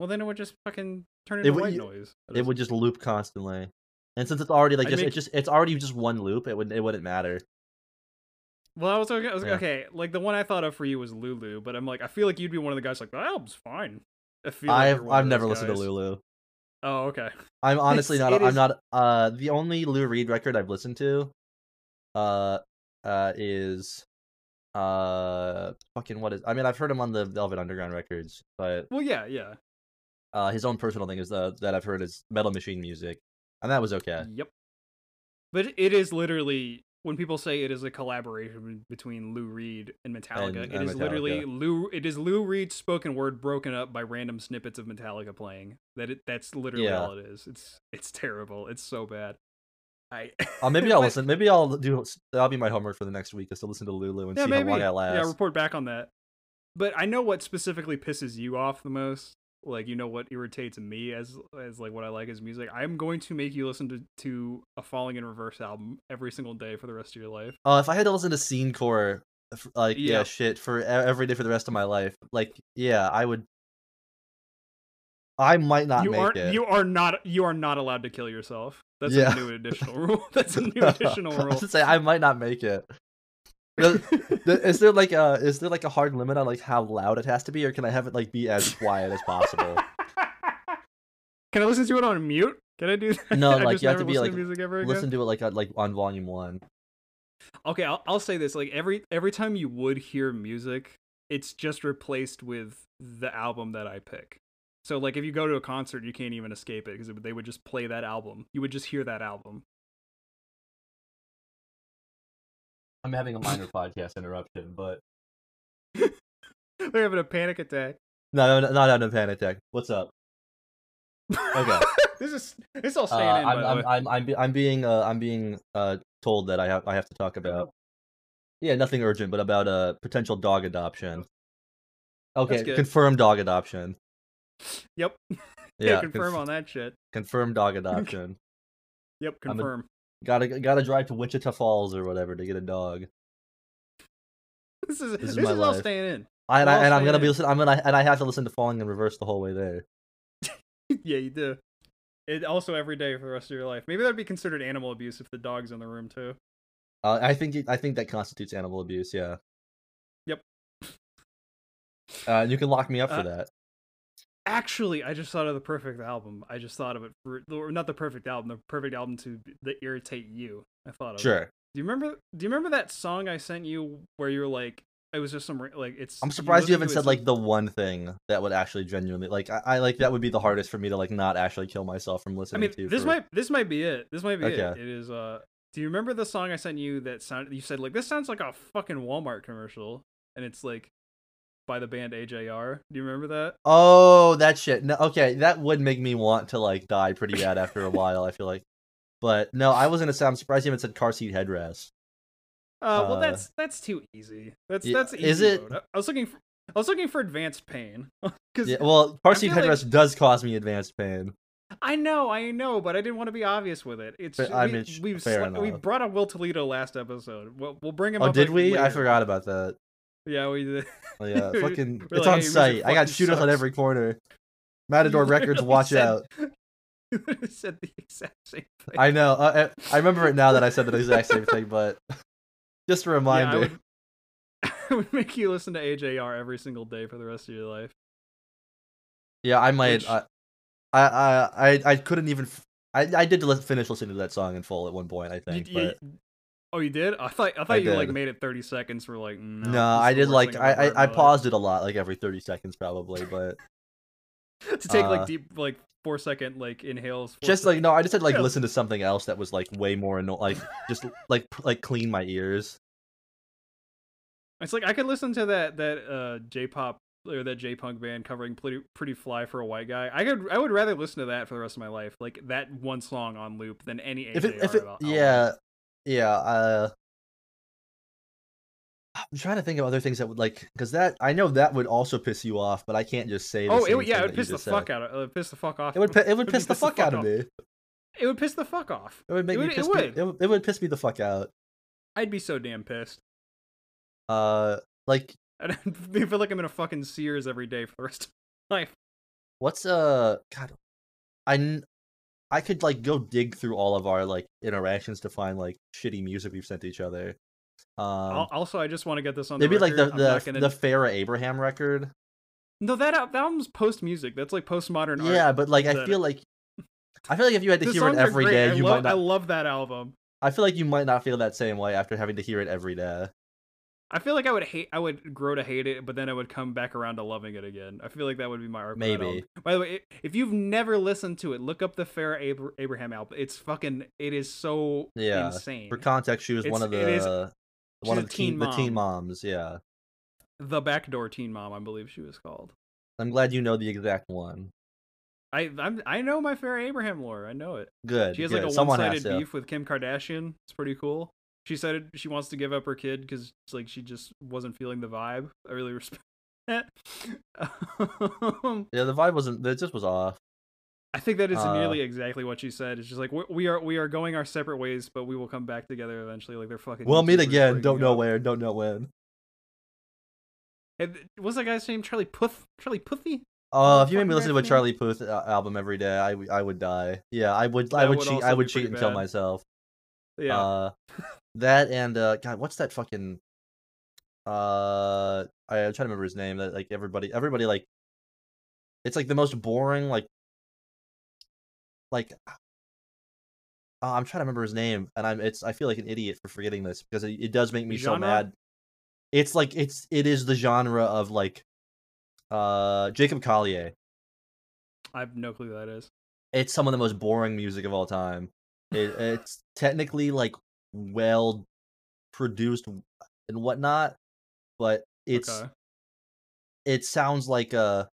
Speaker 1: Well, then it would just fucking turn
Speaker 2: It
Speaker 1: into
Speaker 2: would-
Speaker 1: white
Speaker 2: you-
Speaker 1: noise. I
Speaker 2: It
Speaker 1: just-
Speaker 2: would just loop constantly. And since it's already like
Speaker 1: I'd
Speaker 2: just, it
Speaker 1: make-
Speaker 2: just it's already just one loop, it would it wouldn't matter.
Speaker 1: Well, I was, okay, I was-
Speaker 2: Yeah.
Speaker 1: okay. Like the one I thought of for you was Lulu, but I'm like, I feel like you'd be one of the guys like that album's fine. I feel like
Speaker 2: I've
Speaker 1: you're one of
Speaker 2: I've never
Speaker 1: those
Speaker 2: listened
Speaker 1: guys.
Speaker 2: to Lulu.
Speaker 1: Oh, okay.
Speaker 2: I'm honestly
Speaker 1: It's-
Speaker 2: not.
Speaker 1: it
Speaker 2: I'm
Speaker 1: is-
Speaker 2: not. Uh, the only Lou Reed record I've listened to, uh, uh, is, uh, fucking what is? I mean, I've heard him on the Velvet Underground records, but
Speaker 1: Well, yeah, yeah.
Speaker 2: uh, his own personal thing is the that I've heard is Metal Machine music, and that was okay.
Speaker 1: Yep. But it is literally when people say it is a collaboration between Lou Reed and
Speaker 2: And-
Speaker 1: Metallica, it is
Speaker 2: and
Speaker 1: literally
Speaker 2: Metallica.
Speaker 1: Lou it is Lou Reed's spoken word broken up by random snippets of Metallica playing. That it that's literally
Speaker 2: Yeah.
Speaker 1: all it is. It's it's terrible. It's so bad. I
Speaker 2: Uh, maybe I'll
Speaker 1: but-
Speaker 2: listen. Maybe I'll do. That'll be my homework for the next week is to listen to Lulu and see how long I last.
Speaker 1: Yeah, report back on that. But I know what specifically pisses you off the most. Like you know what irritates me as as like what I like is music. I'm going to make you listen to to a Falling in Reverse album every single day for the rest of your life.
Speaker 2: Oh, if I had to listen to scene core, f- like yeah,
Speaker 1: Yeah.
Speaker 2: shit for e- every day for the rest of my life, like yeah, I would. I might not
Speaker 1: you
Speaker 2: make
Speaker 1: aren't
Speaker 2: it.
Speaker 1: you are not you are not allowed to kill yourself. That's
Speaker 2: Yeah.
Speaker 1: a new additional rule. That's a new additional
Speaker 2: I was
Speaker 1: rule.
Speaker 2: gonna say I might not make it. The- the- is there like a is there like a hard limit on like how loud it has to be, or can I have it like be as quiet as possible?
Speaker 1: Can I listen to it on mute? Can I do that?
Speaker 2: No,
Speaker 1: I
Speaker 2: like,
Speaker 1: just
Speaker 2: you have
Speaker 1: never
Speaker 2: to be,
Speaker 1: listen
Speaker 2: like,
Speaker 1: music ever again?
Speaker 2: Listen to it like on- like on volume one.
Speaker 1: okay I'll, I'll say this like every every time you would hear music it's just replaced with the album that i pick so like if you go to a concert you can't even escape it because they would just play that album you would just hear that album
Speaker 2: I'm having a minor podcast interruption, but
Speaker 1: they're having a panic attack
Speaker 2: no, no, no, not on a panic attack. What's up? Okay.
Speaker 1: this is this is all
Speaker 2: Uh,
Speaker 1: staying in
Speaker 2: I'm,
Speaker 1: by the way
Speaker 2: I'm, I'm, I'm, be- I'm being uh, I'm being uh, told that I have I have to talk about yeah nothing urgent but about uh, potential dog adoption. Okay,
Speaker 1: good.
Speaker 2: confirmed dog adoption.
Speaker 1: yep
Speaker 2: Yeah,
Speaker 1: can't confirm on that shit
Speaker 2: confirmed dog adoption.
Speaker 1: yep
Speaker 2: I'm a-
Speaker 1: confirm
Speaker 2: gotta gotta drive to Wichita Falls or whatever to get a dog.
Speaker 1: this is
Speaker 2: this
Speaker 1: this
Speaker 2: is
Speaker 1: is,
Speaker 2: my
Speaker 1: all
Speaker 2: life.
Speaker 1: staying
Speaker 2: I, and, I,
Speaker 1: Well,
Speaker 2: and I'm gonna be
Speaker 1: shit.
Speaker 2: listen, I'm gonna and I have to listen to Falling in Reverse the whole way there.
Speaker 1: in yeah you do it also every day for the rest of your life maybe that'd be considered animal abuse if the dog's in the room too
Speaker 2: Uh, I think it, I think that constitutes animal abuse. Yeah.
Speaker 1: Yep.
Speaker 2: Uh, you can lock me up for
Speaker 1: Uh,
Speaker 2: that.
Speaker 1: Actually, I just thought of the perfect album. I just thought of it for or not the perfect album, the perfect album to that irritate you. I thought of it.
Speaker 2: Sure.
Speaker 1: Do you remember? Do you remember that song I sent you where you're like, it was just some ra- like it's.
Speaker 2: I'm surprised you
Speaker 1: listen
Speaker 2: haven't
Speaker 1: to it,
Speaker 2: said
Speaker 1: it's
Speaker 2: like the one thing that would actually genuinely like I, I like that would be the hardest for me to like not actually kill myself from
Speaker 1: I
Speaker 2: listening
Speaker 1: mean,
Speaker 2: to.
Speaker 1: this
Speaker 2: for-
Speaker 1: might this might be it. This might be it.
Speaker 2: Okay.
Speaker 1: It is. Uh, do you remember the song I sent you that sound? You said like this sounds like a fucking Walmart commercial. and it's like by the band AJR. Do you remember that?
Speaker 2: Oh, that shit. No, okay, that would make me want to like die pretty bad after a while. I feel like, but no, I wasn't. I'm surprised you haven't said car seat headrest.
Speaker 1: Uh, well,
Speaker 2: Uh,
Speaker 1: that's that's too easy. That's
Speaker 2: yeah,
Speaker 1: that's easy.
Speaker 2: is it-
Speaker 1: road. I- I was looking for I was looking for advanced pain because
Speaker 2: Yeah, well, car seat
Speaker 1: feel like-
Speaker 2: headrest does cause me advanced pain.
Speaker 1: I know, I know, but I didn't want to be obvious with it. It's
Speaker 2: But,
Speaker 1: ju-
Speaker 2: I
Speaker 1: we,
Speaker 2: mean, sh-
Speaker 1: we've
Speaker 2: fair
Speaker 1: sli- we
Speaker 2: enough.
Speaker 1: brought up Will Toledo last episode. We'll, we'll bring him.
Speaker 2: Oh,
Speaker 1: up,
Speaker 2: did
Speaker 1: like,
Speaker 2: we? I
Speaker 1: later.
Speaker 2: forgot about that.
Speaker 1: Yeah, we did.
Speaker 2: Oh, yeah,
Speaker 1: We-
Speaker 2: fucking,
Speaker 1: we're like,
Speaker 2: it's on
Speaker 1: "Hey, Wizard
Speaker 2: site. I got
Speaker 1: fucking
Speaker 2: shooters on
Speaker 1: sucks."
Speaker 2: every corner. Matador
Speaker 1: You
Speaker 2: Records,
Speaker 1: literally
Speaker 2: watch
Speaker 1: said-
Speaker 2: out.
Speaker 1: You literally said the exact same thing.
Speaker 2: I know. Uh, I I remember it now that I said the exact same thing, but just a
Speaker 1: Yeah, I
Speaker 2: reminder.
Speaker 1: would, I would make you listen to AJR every single day for the rest of your life.
Speaker 2: Yeah, I might.
Speaker 1: Which-
Speaker 2: I, I, I, I, I couldn't even. f- I, I did li- finish listening to that song in full at one point. I
Speaker 1: You-
Speaker 2: think,
Speaker 1: you-
Speaker 2: but
Speaker 1: oh, you did? I thought I thought
Speaker 2: I
Speaker 1: you like
Speaker 2: did.
Speaker 1: made it thirty seconds. For like, no,
Speaker 2: no,
Speaker 1: this
Speaker 2: I
Speaker 1: is the
Speaker 2: did
Speaker 1: worst
Speaker 2: like
Speaker 1: thing
Speaker 2: I,
Speaker 1: I've ever
Speaker 2: I, I
Speaker 1: heard in my life.
Speaker 2: paused it a lot, like every thirty seconds probably. But
Speaker 1: to take like
Speaker 2: uh,
Speaker 1: deep like four second like inhales. four
Speaker 2: just like
Speaker 1: second-
Speaker 2: no, I just had to, like
Speaker 1: Yeah.
Speaker 2: listen to something else that was like way more annoying. Like just like p- like clean my ears.
Speaker 1: It's like I could listen to that that uh J-pop or that J-punk band covering pretty pretty fly for a white guy. I could I would rather listen to that for the rest of my life, like that one song on loop, than any AJR
Speaker 2: If it, if it,
Speaker 1: al- album.
Speaker 2: yeah, yeah. Uh, I'm trying to think of other things that would like because that I know that would also piss you off, but I can't just say. The
Speaker 1: Oh,
Speaker 2: same
Speaker 1: it, would- yeah,
Speaker 2: thing
Speaker 1: it would
Speaker 2: that you
Speaker 1: piss the
Speaker 2: just said.
Speaker 1: fuck out. Of, it would piss the fuck off.
Speaker 2: It would pi- it would
Speaker 1: be
Speaker 2: piss the fuck out of
Speaker 1: off.
Speaker 2: me.
Speaker 1: It would piss the fuck off.
Speaker 2: It would make
Speaker 1: It
Speaker 2: me
Speaker 1: would- it
Speaker 2: piss me,
Speaker 1: would.
Speaker 2: it would- it would piss me the fuck out.
Speaker 1: I'd be so damn pissed.
Speaker 2: Uh, like
Speaker 1: And I'd be- feel like I'm in a fucking Sears every day for the rest of my life.
Speaker 2: what's uh God, I kn- I could like go dig through all of our like interactions to find like shitty music we've sent to each other. Um,
Speaker 1: Al also, I just want to get this on.
Speaker 2: maybe
Speaker 1: the
Speaker 2: like the
Speaker 1: record. I'm
Speaker 2: the
Speaker 1: not gonna-
Speaker 2: the Farrah Abraham record.
Speaker 1: no that, al- that album's post music. That's like postmodern art.
Speaker 2: Yeah, but like I
Speaker 1: that-
Speaker 2: feel like I feel like if you had to
Speaker 1: The
Speaker 2: hear it
Speaker 1: songs are
Speaker 2: every
Speaker 1: great.
Speaker 2: day,
Speaker 1: I
Speaker 2: you
Speaker 1: lo-
Speaker 2: might
Speaker 1: I
Speaker 2: not.
Speaker 1: love that album.
Speaker 2: I feel like you might not feel that same way after having to hear it every day.
Speaker 1: I feel like I would hate, I would grow to hate it, but then I would come back around to loving it again. I feel like that would be my arc. with that
Speaker 2: Maybe.
Speaker 1: album. By the way, i- if you've never listened to it, look up the Fair Abra- Abraham album. It's fucking, it is so
Speaker 2: Yeah, for
Speaker 1: insane.
Speaker 2: For context, she was one
Speaker 1: It's-
Speaker 2: of
Speaker 1: it is-
Speaker 2: the
Speaker 1: she's
Speaker 2: one of
Speaker 1: a
Speaker 2: the teen,
Speaker 1: teen
Speaker 2: the teen moms. Yeah,
Speaker 1: the Backdoor Teen Mom, I believe she was called.
Speaker 2: I'm glad you know the exact one.
Speaker 1: I I'm, I know my Fair Abraham lore. I know it.
Speaker 2: Good.
Speaker 1: She has
Speaker 2: good.
Speaker 1: like a
Speaker 2: Someone has
Speaker 1: one-sided
Speaker 2: to.
Speaker 1: beef with Kim Kardashian. It's pretty cool. She said she wants to give up her kid because like she just wasn't feeling the vibe. I really respect that. Um,
Speaker 2: Yeah, the vibe wasn't. It just was off.
Speaker 1: I think that is
Speaker 2: Uh,
Speaker 1: nearly exactly what she said. It's just like we, we are we are going our separate ways, but we will come back together eventually. Like they're fucking.
Speaker 2: We'll meet
Speaker 1: YouTubers
Speaker 2: again.
Speaker 1: breaking
Speaker 2: Don't know
Speaker 1: up.
Speaker 2: where. Don't know when.
Speaker 1: And th- what's that guy's name? Charlie Puth. Charlie Puffy.
Speaker 2: Uh, if you made
Speaker 1: fucking
Speaker 2: me listen to a
Speaker 1: guy's name?
Speaker 2: Charlie Puth uh, album every day, I, w- I would die. Yeah, I would. I
Speaker 1: That
Speaker 2: would,
Speaker 1: would
Speaker 2: cheat.
Speaker 1: also
Speaker 2: I
Speaker 1: be
Speaker 2: would cheat
Speaker 1: pretty
Speaker 2: and kill
Speaker 1: bad.
Speaker 2: myself.
Speaker 1: Yeah.
Speaker 2: Uh, that and uh, God, what's that fucking? Uh, I, I'm trying to remember his name. That like everybody, everybody like. It's like the most boring. Like, like. ah Oh, I'm trying to remember his name, and I'm. It's. I feel like an idiot for forgetting this because it, it does make me so
Speaker 1: Genre?
Speaker 2: mad. It's like it's it is the genre of like, uh, Jacob Collier.
Speaker 1: I have no clue who that is.
Speaker 2: it's some of the most boring music of all time. It, it's technically like well produced and whatnot, but it's
Speaker 1: okay.
Speaker 2: it sounds like a.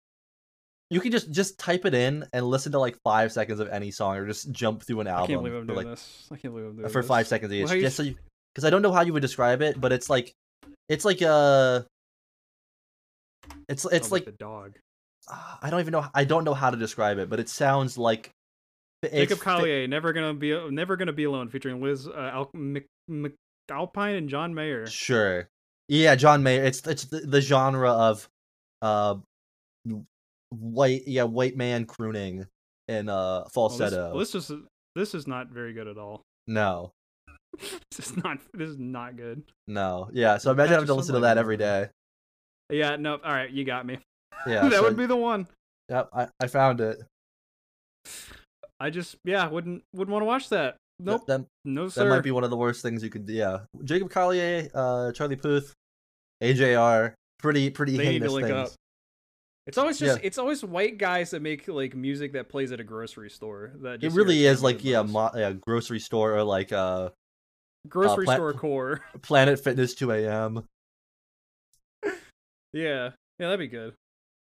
Speaker 2: You can just just type it in and listen to like five seconds of any song, or just jump through an
Speaker 1: I
Speaker 2: album
Speaker 1: can't believe I'm
Speaker 2: for
Speaker 1: doing
Speaker 2: like uh,
Speaker 1: this. I can't believe I'm doing
Speaker 2: for
Speaker 1: this.
Speaker 2: five seconds each,
Speaker 1: how you
Speaker 2: just
Speaker 1: s-
Speaker 2: so you because I don't know how you would describe it, but it's like it's like uh It's it's
Speaker 1: Sounds
Speaker 2: like
Speaker 1: the dog.
Speaker 2: ah, I don't even know I don't know how to describe it, but it sounds like it's
Speaker 1: Jacob
Speaker 2: fi-
Speaker 1: Collier, never gonna be never gonna be alone, featuring Liz uh, Al- Mc- McAlpine and John Mayer.
Speaker 2: Sure. Yeah, John Mayer. It's it's the, the genre of uh w- white yeah, white man crooning and uh
Speaker 1: Well, Oh, this,
Speaker 2: falsetto.
Speaker 1: well, this is this is not very good at all.
Speaker 2: No.
Speaker 1: this is not this is not good.
Speaker 2: No. Yeah, so
Speaker 1: Well,
Speaker 2: imagine
Speaker 1: that
Speaker 2: having to
Speaker 1: just
Speaker 2: listen to
Speaker 1: sounds
Speaker 2: that
Speaker 1: like
Speaker 2: every day.
Speaker 1: another Yeah, no. All right, you got me.
Speaker 2: Yeah.
Speaker 1: that
Speaker 2: so-
Speaker 1: would be the one.
Speaker 2: Yep, I, I found it.
Speaker 1: I just yeah wouldn't wouldn't want to watch that.
Speaker 2: Th-
Speaker 1: Nope,
Speaker 2: That,
Speaker 1: no sir.
Speaker 2: that might be one of the worst things you could do. Yeah. Jacob Collier, uh Charlie Puth, AJR, pretty pretty
Speaker 1: They need to
Speaker 2: heinous
Speaker 1: link
Speaker 2: things.
Speaker 1: up. It's always just it's always white guys that make like music that plays at a grocery store. That
Speaker 2: It
Speaker 1: just
Speaker 2: really
Speaker 1: irritates
Speaker 2: is
Speaker 1: me
Speaker 2: like
Speaker 1: the
Speaker 2: yeah,
Speaker 1: most.
Speaker 2: mo- yeah, grocery store or like uh
Speaker 1: grocery
Speaker 2: pla-
Speaker 1: store core.
Speaker 2: Planet Fitness 2 a.m.
Speaker 1: Yeah. Yeah, that'd be good.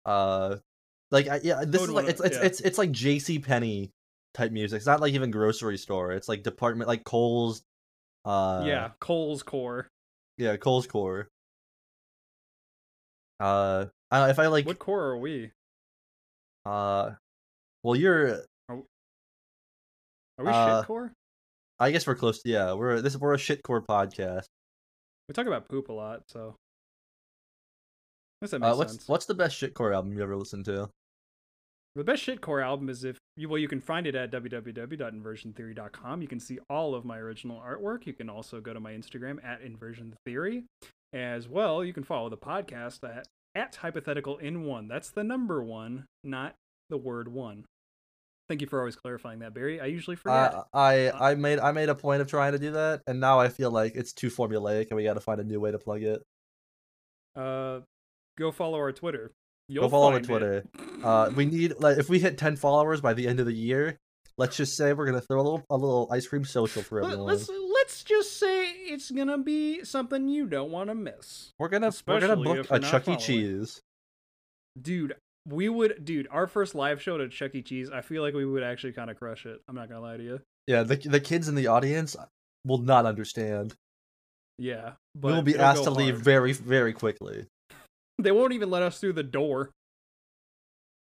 Speaker 2: Uh, like I, yeah, this
Speaker 1: would
Speaker 2: is like
Speaker 1: wanna-
Speaker 2: it's it's,
Speaker 1: yeah.
Speaker 2: it's it's like J.C. Penney type music. It's not like even grocery store. It's like department like Cole's. Uh,
Speaker 1: yeah, Cole's core.
Speaker 2: yeah, Cole's core. Uh, I don't know, if I like
Speaker 1: what core are we?
Speaker 2: uh, well you're
Speaker 1: Are we
Speaker 2: uh,
Speaker 1: shit core?
Speaker 2: I guess we're close. To, yeah, we're this we're a shitcore podcast.
Speaker 1: We talk about poop a lot, so. I guess that
Speaker 2: Uh,
Speaker 1: makes
Speaker 2: what's
Speaker 1: sense.
Speaker 2: what's the best shitcore album you ever listened to?
Speaker 1: The best shitcore album is if you well you can find it at www.inversiontheory.com. You can see all of my original artwork. You can also go to my Instagram at inversion theory. As well, you can follow the podcast at, at hypothetical in one. That's the number one, not the word one. Thank you for always clarifying that, Barry. I usually forget.
Speaker 2: Uh, I I made I made a point of trying to do that, and now I feel like it's too formulaic, and we got to find a new way to plug it.
Speaker 1: Uh, go follow our Twitter. You'll
Speaker 2: Go follow our
Speaker 1: find it.
Speaker 2: Twitter. Uh, we need like if we hit ten followers by the end of the year, let's just say we're gonna throw a little a little ice cream social for
Speaker 1: Let-
Speaker 2: everyone.
Speaker 1: let's let's just say it's gonna be something you don't want to miss.
Speaker 2: we're gonna we're gonna
Speaker 1: especially
Speaker 2: book
Speaker 1: if
Speaker 2: a
Speaker 1: we're not
Speaker 2: Chuck E.
Speaker 1: following.
Speaker 2: Cheese.
Speaker 1: dude we would dude our first live show to chuck e cheese i feel like we would actually kind of crush it i'm not gonna lie to you
Speaker 2: Yeah, the the kids in the audience will not understand.
Speaker 1: yeah but
Speaker 2: We will be
Speaker 1: it'll
Speaker 2: asked
Speaker 1: go
Speaker 2: to leave
Speaker 1: hard.
Speaker 2: very very quickly.
Speaker 1: they won't even let us through the door